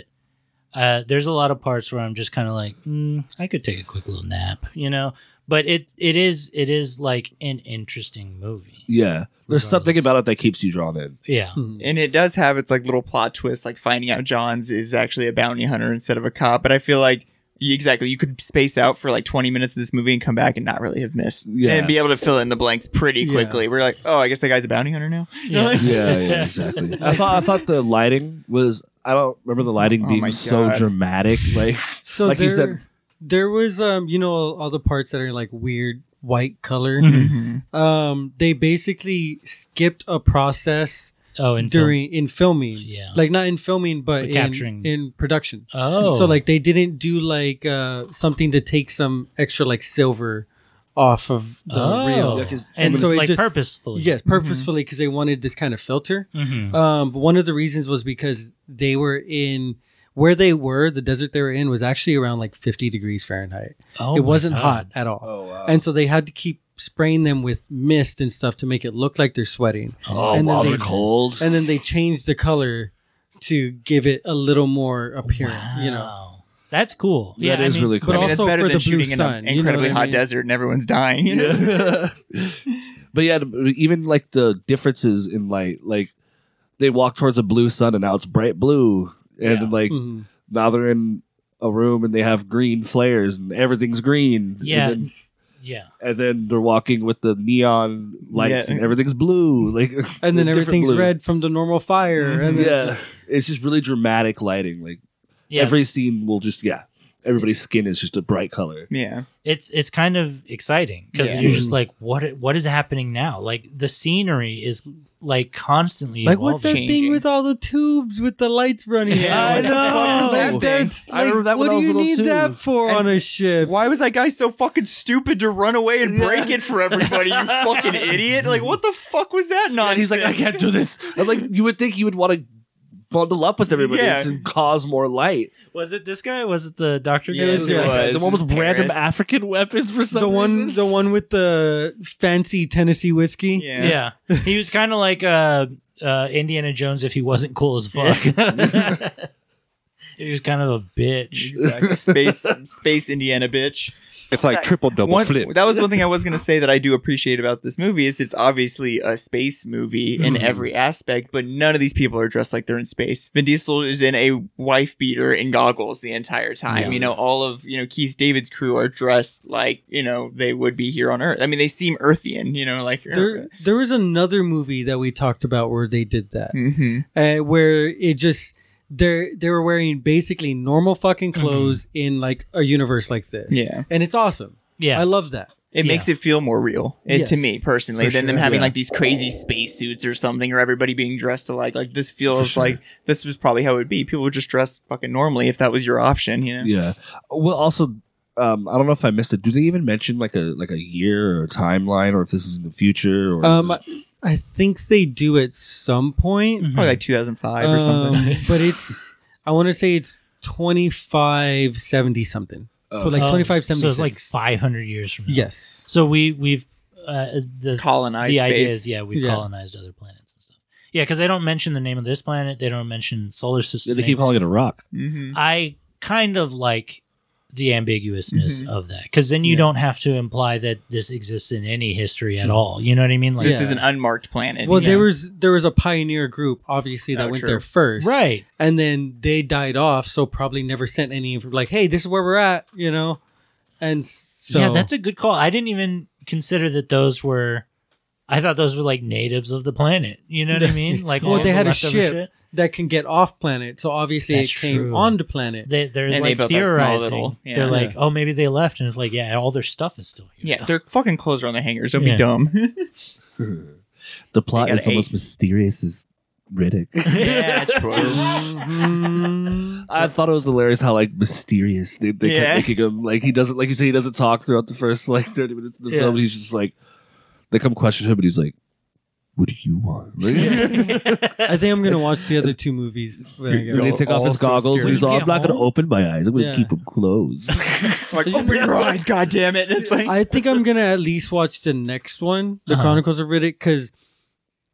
E: uh, there's a lot of parts where I'm just kind of like, mm, I could take a quick little nap, you know. But it it is it is like an interesting movie.
A: Yeah. There's
E: Regardless.
A: something about it that keeps you drawn
I: (laughs)
A: in.
E: Yeah,
D: Mm-hmm.
I: And it does have its like little plot twist, like finding out Johns is actually a bounty hunter instead of a cop. But I feel like you, exactly you could space out for like 20 minutes of this movie and come back and not really have missed
A: Yeah.
I: and be able to fill in the blanks pretty
D: Yeah.
I: quickly. We're like, oh, I guess the guy's a bounty hunter now.
E: yeah.
I: (laughs)
A: Yeah, yeah,
E: (laughs)
A: exactly. I thought I thought the lighting was. I don't remember the lighting
I: Oh
A: being
I: my
A: so
I: God. (laughs)
A: dramatic. Like,
D: So
A: Like
D: there,
A: you said-
D: there was um, you know, all the parts that are like weird white color.
E: Mm-hmm.
D: Um, they basically skipped a process
E: Oh, and film.
D: during in filming.
E: Yeah.
D: like not in filming, but
E: But
D: in,
E: capturing.
D: in production.
E: oh,
D: So like they didn't do like uh something to take some extra like silver off of the
E: oh, Mm-hmm.
D: reel.
E: and,
D: and so it
E: like
D: just-
E: purposefully.
D: Yes, purposefully because they wanted this kind of filter.
E: Mhm.
D: Um, but one of the reasons was because they were in where they were, the desert they were in was actually around like 50 degrees Fahrenheit.
E: Oh
D: it
E: my
D: wasn't
E: God.
D: hot at all.
I: Oh,
D: And so they had to keep spraying them with mist and stuff to make it look like they're sweating.
A: oh,
D: and then
A: wow,
D: they-
A: they're cold.
D: And then they changed the color to give it a little more appearance,
E: Wow.
D: you know.
E: that's cool.
A: That
E: yeah, I
A: is
E: mean,
A: really
D: but
A: cool.
I: I mean,
D: also
I: that's better
D: for
I: than
D: the blue
I: shooting
D: sun,
I: in
D: you
I: an
D: know
I: incredibly
D: what I
I: hot
D: mean?
I: desert and everyone's dying. You know?
A: (laughs) but yeah, even like the differences in light, like they walk towards a blue sun and now it's bright blue. And then,
E: Hmm.
A: like
D: Mhm.
A: now they're in a room and they have green flares and everything's green.
E: Yeah.
A: And then,
E: Yeah.
A: and then they're walking with the neon lights
I: Yeah.
A: and everything's blue. Like
D: and then
A: different
D: everything's
A: blue. Mm-hmm.
D: red from the normal fire. And then
A: Yeah. it's just really dramatic lighting. Like
E: Yeah.
A: every scene will just yeah. Everybody's skin is just a bright color.
I: Yeah.
E: it's it's kind of exciting because
I: Yeah.
E: you're just
A: Mm-hmm.
E: like, what what is happening now? Like the scenery is like constantly
D: like what's that
E: evolving.
D: thing with all the tubes with the lights running?
I: Yeah,
D: out?
I: what the fuck was that
D: Like,
I: thing?
D: that's-
A: I remember
D: like,
A: that when I
D: What do
A: was
D: you
A: little
D: need
A: too.
D: that for on a ship?
I: Why was that guy so fucking stupid to run away and break it for
A: (laughs)
I: everybody? You fucking idiot! Like, what the fuck was that nonsense?
A: And he's like, I can't do this. I'm like, you would think you would want to bundle up with everybody
I: Yeah.
A: and cause more light.
E: Was it this guy? Was it the doctor?
I: Yeah,
E: guy?
I: it was-
A: Yeah,
I: was.
A: the one with random
I: Paris.
A: African weapons for some
D: the one,
A: reason.
D: the one with the fancy Tennessee whiskey.
I: Yeah.
E: yeah. He was kind of like uh, uh, Indiana Jones if he wasn't cool as fuck. (laughs) he was kind of a bitch.
I: Exactly. Space, space, Indiana, bitch.
K: It's like triple double
I: One-
K: flip.
I: That was one thing I was gonna say that I do appreciate about this movie is it's obviously a space movie in
A: Mm-hmm.
I: every aspect, but none of these people are dressed like they're in space. Vin Diesel is in a wife beater and goggles the entire time.
A: Yeah.
I: You know, all of you know Keith David's crew are dressed like you know they would be here on Earth. I mean, they seem Earthian. You know, like uh,
D: There, there was another movie that we talked about where they did that,
I: Mhm.
D: uh, where it just they they were wearing basically normal fucking
I: Hmm.
D: clothes in like a universe like this.
I: Yeah.
D: and it's awesome.
E: Yeah.
D: I love that.
I: It
E: Yeah.
I: makes it feel more real eh,
D: Yes.
I: to me personally
D: For
I: than them
D: sure.
I: having
D: Yeah.
I: like these crazy spacesuits or something, or everybody being dressed alike. Like this feels like this was probably how it would be. People would just dress fucking normally if that was your option. You know?
A: yeah. Well, also, um, I don't know if I missed it. Do they even mention like a like a year or a timeline, or if this is in the future? Or
D: Um, I think they do at some point.
I: Probably like 2005 or something. (laughs)
D: Um, but it's I want to say it's twenty five seventy something.
A: Oh.
D: So like
E: Oh,
D: twenty five
E: So
D: seventy.
E: it's like 500 years from now.
D: yes.
E: So we we've uh, the
I: Colonized
E: the idea
I: space.
E: is yeah we've
D: Yeah.
E: colonized other planets and stuff. Yeah, because they don't mention the name of this planet. They don't mention solar system.
A: uh, they
E: name.
A: keep calling it a rock.
D: Mm-hmm.
I: hmm
E: I kind of like the ambiguousness of that because then you don't have to imply that this exists in any history at all. You know what I mean? Like
I: This
D: Yeah.
I: is an unmarked planet.
D: Well,
I: yeah.
D: there was there was a pioneer group obviously that
I: Oh,
D: went
I: true.
D: there first,
E: right.
D: And then they died off, so probably never sent any inf- like, "Hey, this is where we're at," you know. And s- so
E: yeah, that's a good call. I didn't even consider that those were. I thought those were like natives of the planet. You know what
D: (laughs)
E: I mean? Like
D: Well,
E: all
D: they
E: the
D: had a
E: leftover
D: ship.
E: shit.
D: that can get off planet. So obviously
E: That's
D: it came
E: true.
D: onto planet.
E: They, they're
I: And they
E: like
I: built that small
E: theorizing.
I: little- yeah.
E: They're like,
D: Yeah.
E: oh, maybe they left, and it's like, yeah, all their stuff is still here. (laughs)
I: yeah, their fucking clothes are on the hangers. Don't
E: Yeah. (laughs)
I: be dumb. (laughs)
A: The plot
I: They got
A: is the
I: eight.
A: most mysterious as Riddick.
I: yeah, true.
A: (laughs) I thought it was hilarious how like mysterious they, they
I: Yeah.
A: kept making him. Like he doesn't, like you say, he doesn't talk throughout the first like thirty minutes of the
E: Yeah.
A: film. He's just like, they come question him, and he's like, "What do you want?" (laughs)
D: I think I'm gonna watch the other two movies. When I get
A: And they
D: home.
A: take off his goggles, and he's all,
E: Get
A: "I'm not going to
E: home?
A: open my eyes. I'm going to
D: Yeah.
A: keep them closed."
I: like, open your eyes, goddamn it! It's like
D: I think I'm gonna at least watch the next one, The
E: Uh-huh.
D: Chronicles of Riddick, because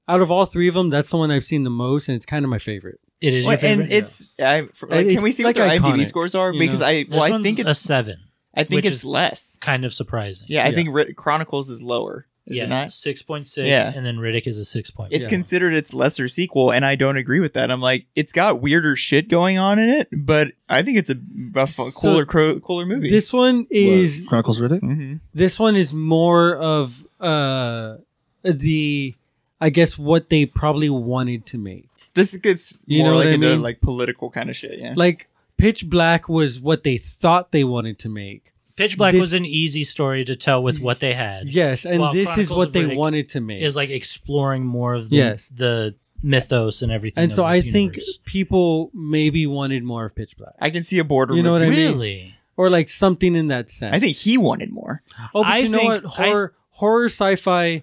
D: out of all three of them, that's the one I've seen the most, and it's kind of my favorite.
E: It is.
I: Well,
E: your favorite?
I: and it's I, for- like,
D: It's
I: can we see
D: like
I: what their
D: iconic,
I: IMDb scores are?
D: you
I: Because
D: know?
I: I
E: This
I: well, I
E: one's
I: think
E: a
I: it's
E: seven.
I: I think
E: which
I: it's
E: is-
I: less.
E: Kind of surprising.
I: Yeah, I
D: Yeah.
I: think Rid- Chronicles is lower. Is it not?
E: six point six,
I: Yeah.
E: and then Riddick is a six point.
I: It's
D: Yeah.
I: considered its lesser sequel, and I don't agree with that. I'm like, it's got weirder shit going on in it, but I think it's a, a fu-
D: So,
I: cooler, cro- cooler movie.
D: This one is
A: What? Chronicles Riddick?
I: Mhm.
D: this one is more of uh the I guess what they probably wanted to make.
I: this gets
D: You
I: more
D: know what
I: like
D: I
I: into
D: mean?
I: like political kind of shit. Yeah,
D: Like Pitch Black was what they thought they wanted to make.
E: Pitch Black
D: this-
E: was an easy story to tell with what they had.
D: Yes, and
E: Well,
D: this
E: Chronicles
D: is what
E: of
D: they
E: Riddick
D: wanted to make.
E: is like exploring more of the
D: Yes.
E: the mythos and everything.
D: and
E: of
D: so I
E: this
D: think
E: universe.
D: people maybe wanted more of Pitch Black.
I: I can see a border.
D: You know what I mean?
E: really,
D: Or like something in that sense.
I: I think he wanted more.
D: Oh, but
E: I
D: you know
E: think-
D: what? Horror horror sci-fi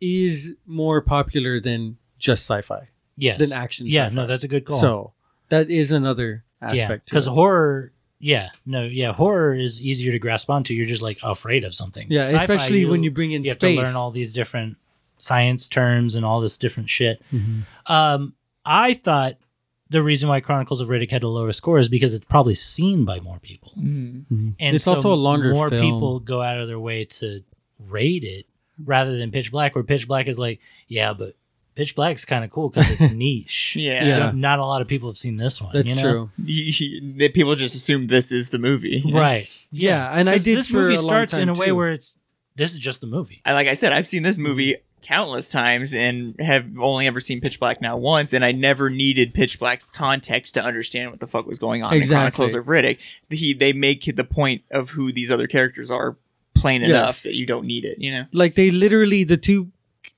D: is more popular than just sci-fi.
E: yes,
D: Than action
E: Yeah,
D: sci-fi.
E: no, that's a good call.
D: So that is another
E: yeah,
D: aspect
E: because
D: to it.
E: horror. Yeah, no, yeah, horror is easier to grasp onto. You're just like afraid of something.
D: Yeah,
E: Sci-fi,
D: especially when you bring in
E: you
D: space.
E: have to learn all these different science terms and all this different shit.
I: Mm-hmm.
E: Um, I thought the reason why Chronicles of Riddick had a lower score is because it's probably seen by more people,
D: Mm.
E: and
D: It's
E: so
D: also a longer
E: More
D: film.
E: people go out of their way to rate it rather than Pitch Black, where Pitch Black is like, yeah, but. Pitch Black's kind of cool
D: (laughs)
E: because it's niche.
I: Yeah.
E: You don't- not a lot of people have seen this one.
D: That's
E: you know?
D: true.
I: that people just assume this is the movie, you know?
E: Right.
D: Yeah, and I
E: 'Cause
D: did
E: This
D: for
E: movie
D: a long
E: starts in
D: time,
E: a way
D: too.
E: where it's this is just the movie.
I: I, like I said, I've seen
D: Mm-hmm.
I: this movie countless times and have only ever seen Pitch Black now once, and I never needed Pitch Black's context to understand what the fuck was going on
D: Exactly.
I: in Chronicles of Riddick. He they make the point of who these other characters are plain enough
D: Yes.
I: that you don't need it, you know.
D: like they literally the two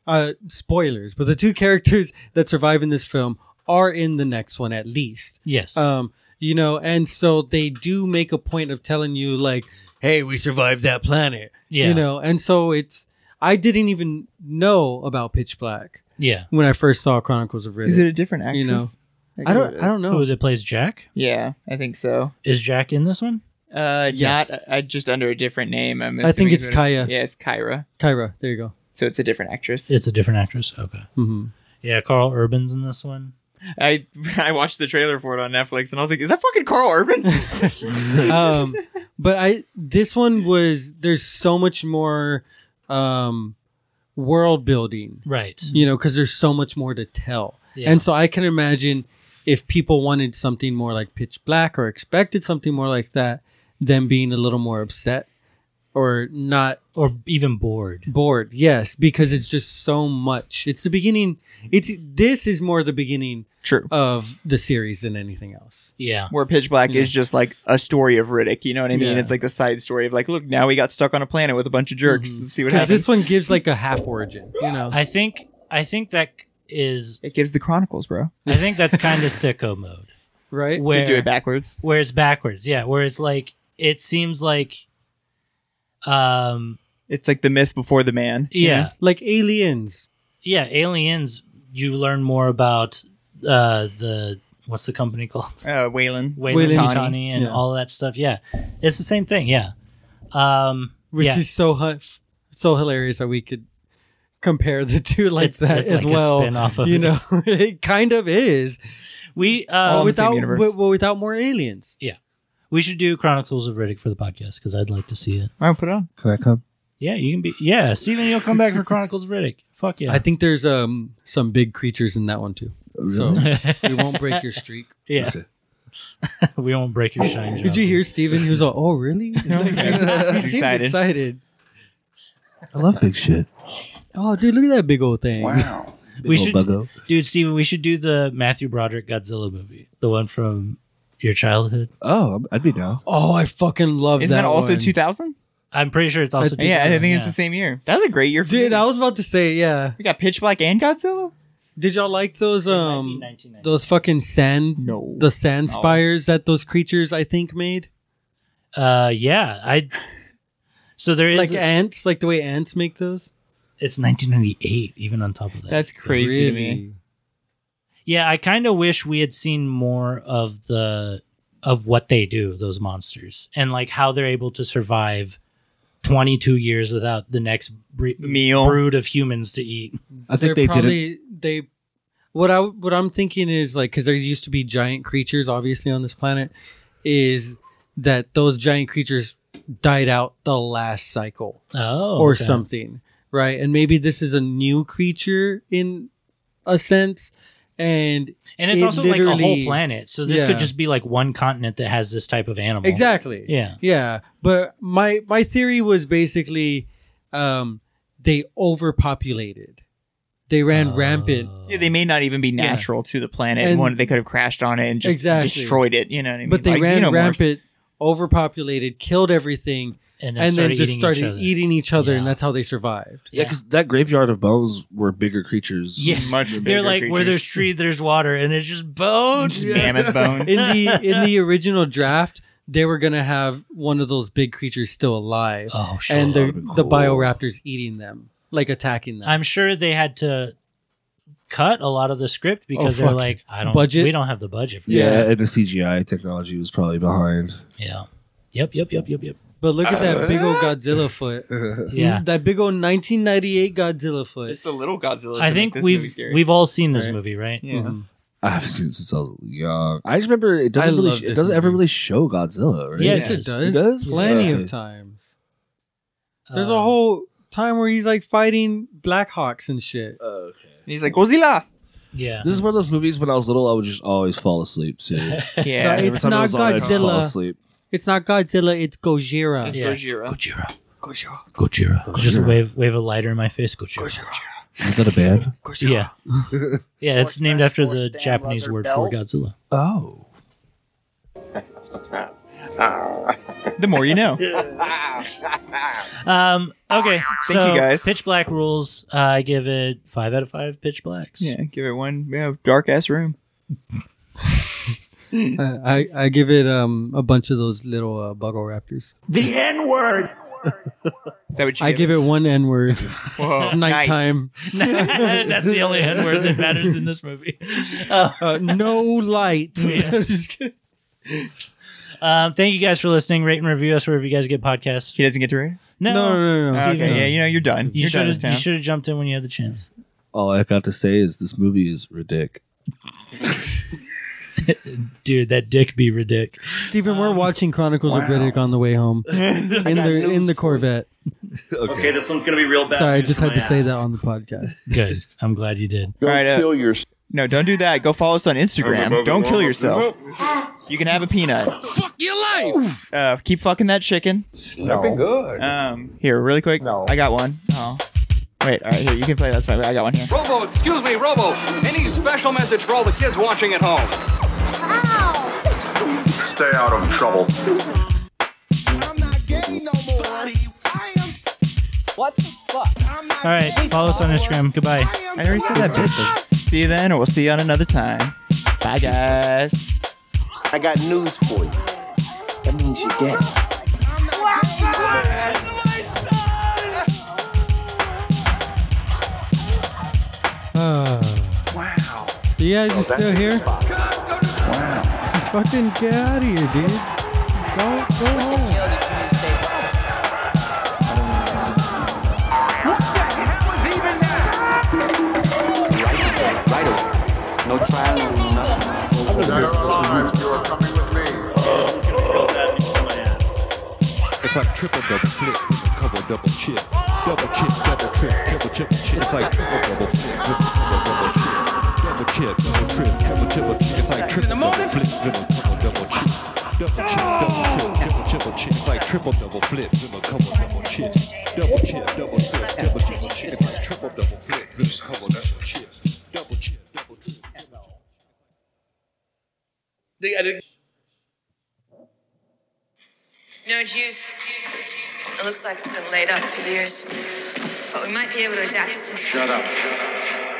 D: uh spoilers but the two (laughs) characters that survive in this film are in the next one at least
E: Yes.
D: um you know and so they do make a point of telling you like hey we survived that planet
E: Yeah.
D: you know and so it's i didn't even know about pitch black
E: yeah.
D: when i first saw chronicles of riddick
I: Is it a different actress?
D: You know.
I: think
D: i
I: it
D: don't
I: is.
D: i don't know
E: Who that plays Jack?
I: Yeah, I think so.
E: Is Jack in this one?
I: Uh,
D: Yes.
I: not I just under a different name. I'm
D: I think
I: assuming
D: it's Kaya.
I: Yeah, it's Kyra.
D: kyra there you go
I: So it's a different actress.
E: It's a different actress. Okay.
D: hmm
E: Yeah, Carl Urban's in this one.
I: I (laughs) I watched the trailer for it on Netflix and I was like, is that fucking Carl
D: (laughs)
I: Urban? (laughs)
D: um, but I this one was there's so much more um, world building,
E: Right.
D: you know, because there's so much more to tell,
E: Yeah.
D: and so I can imagine if people wanted something more like Pitch Black or expected something more like that, them being a little more upset or not
E: Or even bored.
D: bored. Yes, because it's just so much. It's the beginning. It's this is more the beginning
I: True.
D: of the series than anything else.
E: Yeah.
I: where Pitch Black
D: Yeah.
I: is just like a story of Riddick. You know what I mean?
D: Yeah.
I: It's like the side story of like, look, now we got stuck on a planet with a bunch of jerks. Let's see what
D: Because
I: happens.
D: Mm-hmm. this one gives like a half origin, you know.
E: I think I think that is
I: it gives the Chronicles, bro.
E: I think
D: (laughs)
E: that's kind of sicko mode.
D: right?
E: Where
I: To do it backwards.
E: where it's backwards. Yeah, where it's like it seems like um
I: It's like the myth before the man. you
E: yeah.
I: know?
D: like aliens.
E: Yeah, aliens you learn more about uh the what's the company called? (laughs)
I: Uh, Waylon.
E: Wayland
I: Yutani.
E: Yutani and
D: Yeah.
E: all that stuff. Yeah. It's the same thing, yeah. Um
D: which
E: yeah.
D: is so hu- so hilarious that we could compare the two like
E: It's-
D: that
E: it's
D: as
E: like a
D: well.
E: spin-off of
D: you
E: it.
D: know, (laughs) it kind of is
E: we uh
I: All in the same
D: without
I: universe.
D: wi- well, without more aliens.
E: we should do Chronicles of Riddick for the podcast because I'd like to see it.
I: All right, put it on.
A: Can I come?
E: Yeah, you can be. Yeah, Steven, you'll come back for Chronicles of Riddick. Fuck yeah.
D: I think there's um some big creatures in that one too. So (laughs) we won't break your streak.
E: yeah. (laughs) we won't break your
D: (laughs)
E: shine.
D: Oh, Did you hear Steven? He was like, "Oh, (laughs) really?" You know, he
I: He's
D: seemed
I: excited.
D: excited.
A: I love big shit.
D: Oh, dude, look at that big old thing.
B: Wow.
E: We should,
A: buggo.
E: dude, Steven, we should do the Matthew Broderick Godzilla movie, the one from your childhood.
A: Oh, I'm- I'd be down.
D: Oh, I fucking love
I: (laughs) Isn't that, also
D: one.
I: 2000?
E: I'm pretty sure it's also.
I: Yeah, I
E: 2000,
I: think it's the same year. That was a great year for
D: Dude,
I: movies.
D: I was about to say, yeah.
I: We got Pitch Black and Godzilla?
D: Did y'all like those um
E: 1990.
D: those fucking sand
I: No.
D: the sand
I: No.
D: spires that those creatures I think made
E: Uh, yeah, I. So there is.
D: like ants like the way ants make those
E: it's 1998, even on top of that.
I: That's
E: So-
I: crazy to me.
D: Really?
E: Yeah, I kind of wish we had seen more of the of what they do, those monsters, and like how they're able to survive 22 years without the next bre-
I: Meal.
E: brood of humans to eat.
A: I think they
D: They're
A: did it.
D: probably, they what I what I'm thinking is like cuz there used to be giant creatures obviously on this planet is that those giant creatures died out the last cycle
E: Oh,
D: or something, right? And maybe this is a new creature in a sense and
E: And it's
D: It
E: also like a whole
D: literally-
E: planet, so this
D: Yeah.
E: could just be like one continent that has this type of animal.
D: Exactly.
E: Yeah.
D: Yeah, but my my theory was basically um they overpopulated. They ran rampant.
E: Oh.
I: Yeah, they may not even be natural to the planet.
D: And-
I: One, they could have crashed on it and just
D: Exactly.
I: destroyed it. You know what I mean?
D: But they
I: Like
D: ran
I: xenomorphs.
D: rampant, overpopulated, killed everything,
E: and,
D: and then just
E: eating
D: started
E: each other.
D: eating each other,
E: Yeah.
D: and that's how they survived.
A: Yeah, because that graveyard of bones were bigger creatures.
E: Yeah.
I: Much
E: They're
I: bigger
E: like where
I: creatures.
E: there's tree, there's water, and it's just bones. (laughs)
I: Just mammoth bones.
D: In the in the original draft, they were gonna have one of those big creatures still alive,
E: Oh shit!
D: and the
A: That'd've been
D: the
A: cool.
D: bioraptors eating them, like attacking them.
E: I'm sure they had to cut a lot of the script because they're
D: Oh, fuck.
E: like, I don't
D: Budget?
E: We don't have the budget for
A: Yeah,
E: that.
A: and the CGI technology was probably behind.
E: Yeah. Yep. Yep. Yep. Yep. Yep.
D: but look at that big
A: (laughs)
D: old Godzilla foot. Mm-hmm.
E: Yeah.
D: that big old 1998 Godzilla foot.
I: It's the little Godzilla.
E: I
I: that make
E: think
I: this movie
E: we've
I: scary. Mm-hmm.
E: we've all seen this
D: Right.
E: movie, right? Mm-hmm.
I: Yeah.
A: I haven't seen it since I was young. I just remember it
D: I
A: doesn't
D: love
A: really, it
D: this
A: doesn't ever
D: movie.
A: really show Godzilla, right?
E: Yeah,
D: Yes, it does.
A: It does?
D: Plenty
A: Okay.
D: of times. There's a
E: Um,
D: whole time where he's like fighting Blackhawks and shit.
A: Okay.
I: he's like
E: (laughs)
I: Godzilla.
E: Yeah.
A: Uh, This is one of those movies when I was little, I would just always fall asleep.
D: (laughs)
A: See? yeah,
I: Yeah,
D: it's not
A: I'd just fall
D: Godzilla.
A: asleep.
D: It's not Godzilla, it's Gojira.
E: Yeah.
I: Gojira.
E: Gojira. Gojira. Just wave wave a lighter in my face. Gojira.
A: Is that a band?
E: Yeah.
I: (laughs)
E: yeah, it's named after the Japanese word for Godzilla.
A: Oh.
I: (laughs) The more you know.
E: Um, okay.
I: Thank
E: so
I: you, guys.
E: Pitch Black rules. I give it five out of five Pitch Blacks.
I: yeah, give it one. Yeah, dark ass room.
D: I, I, I give it um a bunch of those little uh, buggle raptors.
B: The N word.
I: Is that what you
D: I give it one N
K: (laughs)
D: word.
K: Oh,
I: Whoa, nice.
D: Nighttime.
E: (laughs) That's the only N word that matters in this movie. Uh,
D: Uh, no light. (laughs)
E: Yeah.
D: Just kidding.
E: (laughs) um, thank you guys for listening. Rate and review us wherever you guys get podcasts.
I: He doesn't get to read.
E: No,
D: No, no, no, no.
I: Okay,
E: Steven,
I: yeah, you know you're done.
E: You
I: are
E: should
I: done this
E: have you
I: town.
E: should have jumped in when you had the chance.
A: All I got to say is this movie is ridiculous.
E: Dude, that dick be ridic.
D: Stephen,
E: Um,
D: we're watching Chronicles of Riddick on the way
E: (laughs)
D: home in the in the Corvette.
A: Okay.
K: this one's gonna be real bad.
D: Sorry, I
K: news
D: just
K: for my
D: had to say
K: ass.
D: that on the
E: (sighs)
D: podcast.
E: Good. I'm glad you did.
J: Go
I: Right, uh,
J: kill your
I: No, don't do that. Go follow us on Instagram. Don't kill yourself. You can have a peanut. Fuck your life. Uh, keep fucking that chicken.
J: no.
I: Um, here, really quick.
J: No.
I: I got one. Oh, wait. All right, here you can play. That's fine. I got one here.
B: Robo, excuse me, Robo. Any special message for all the kids watching at home?
F: Stay out of trouble.
B: I'm not gay no more. I am. What the fuck? I'm not
E: All right,
B: gay
E: follow us on
B: no more.
E: Instagram. Goodbye.
B: I am
I: I already said that bitch. See you then, or we'll see you on another time. Bye, guys.
B: I got news for you. That means you're gay.
D: Uh,
F: Wow.
D: you
K: Oh,
D: guys are still here?
F: Wow.
D: Fucking get out of here, dude. Go, go home.
F: Dead or alive, you are coming with me.
K: This one's gonna be real bad news for my ass.
L: It's like triple double flip, triple cover double chip, double chip, double trip, triple triple chip. It's like triple double flip, triple cover double chip, double chip, double trip, triple triple chip. It's like triple double flip, triple cover double chip, double chip, double trip, triple triple chip. It's like triple double flip, triple cover double chip, double chip, double trip, triple triple chip. It's like triple double flip, triple cover double chip, double chip, double trip. triple chip.
C: No juice. It looks like it's been laid up for years. But we might be able to adapt to
F: Shut up. Shut up.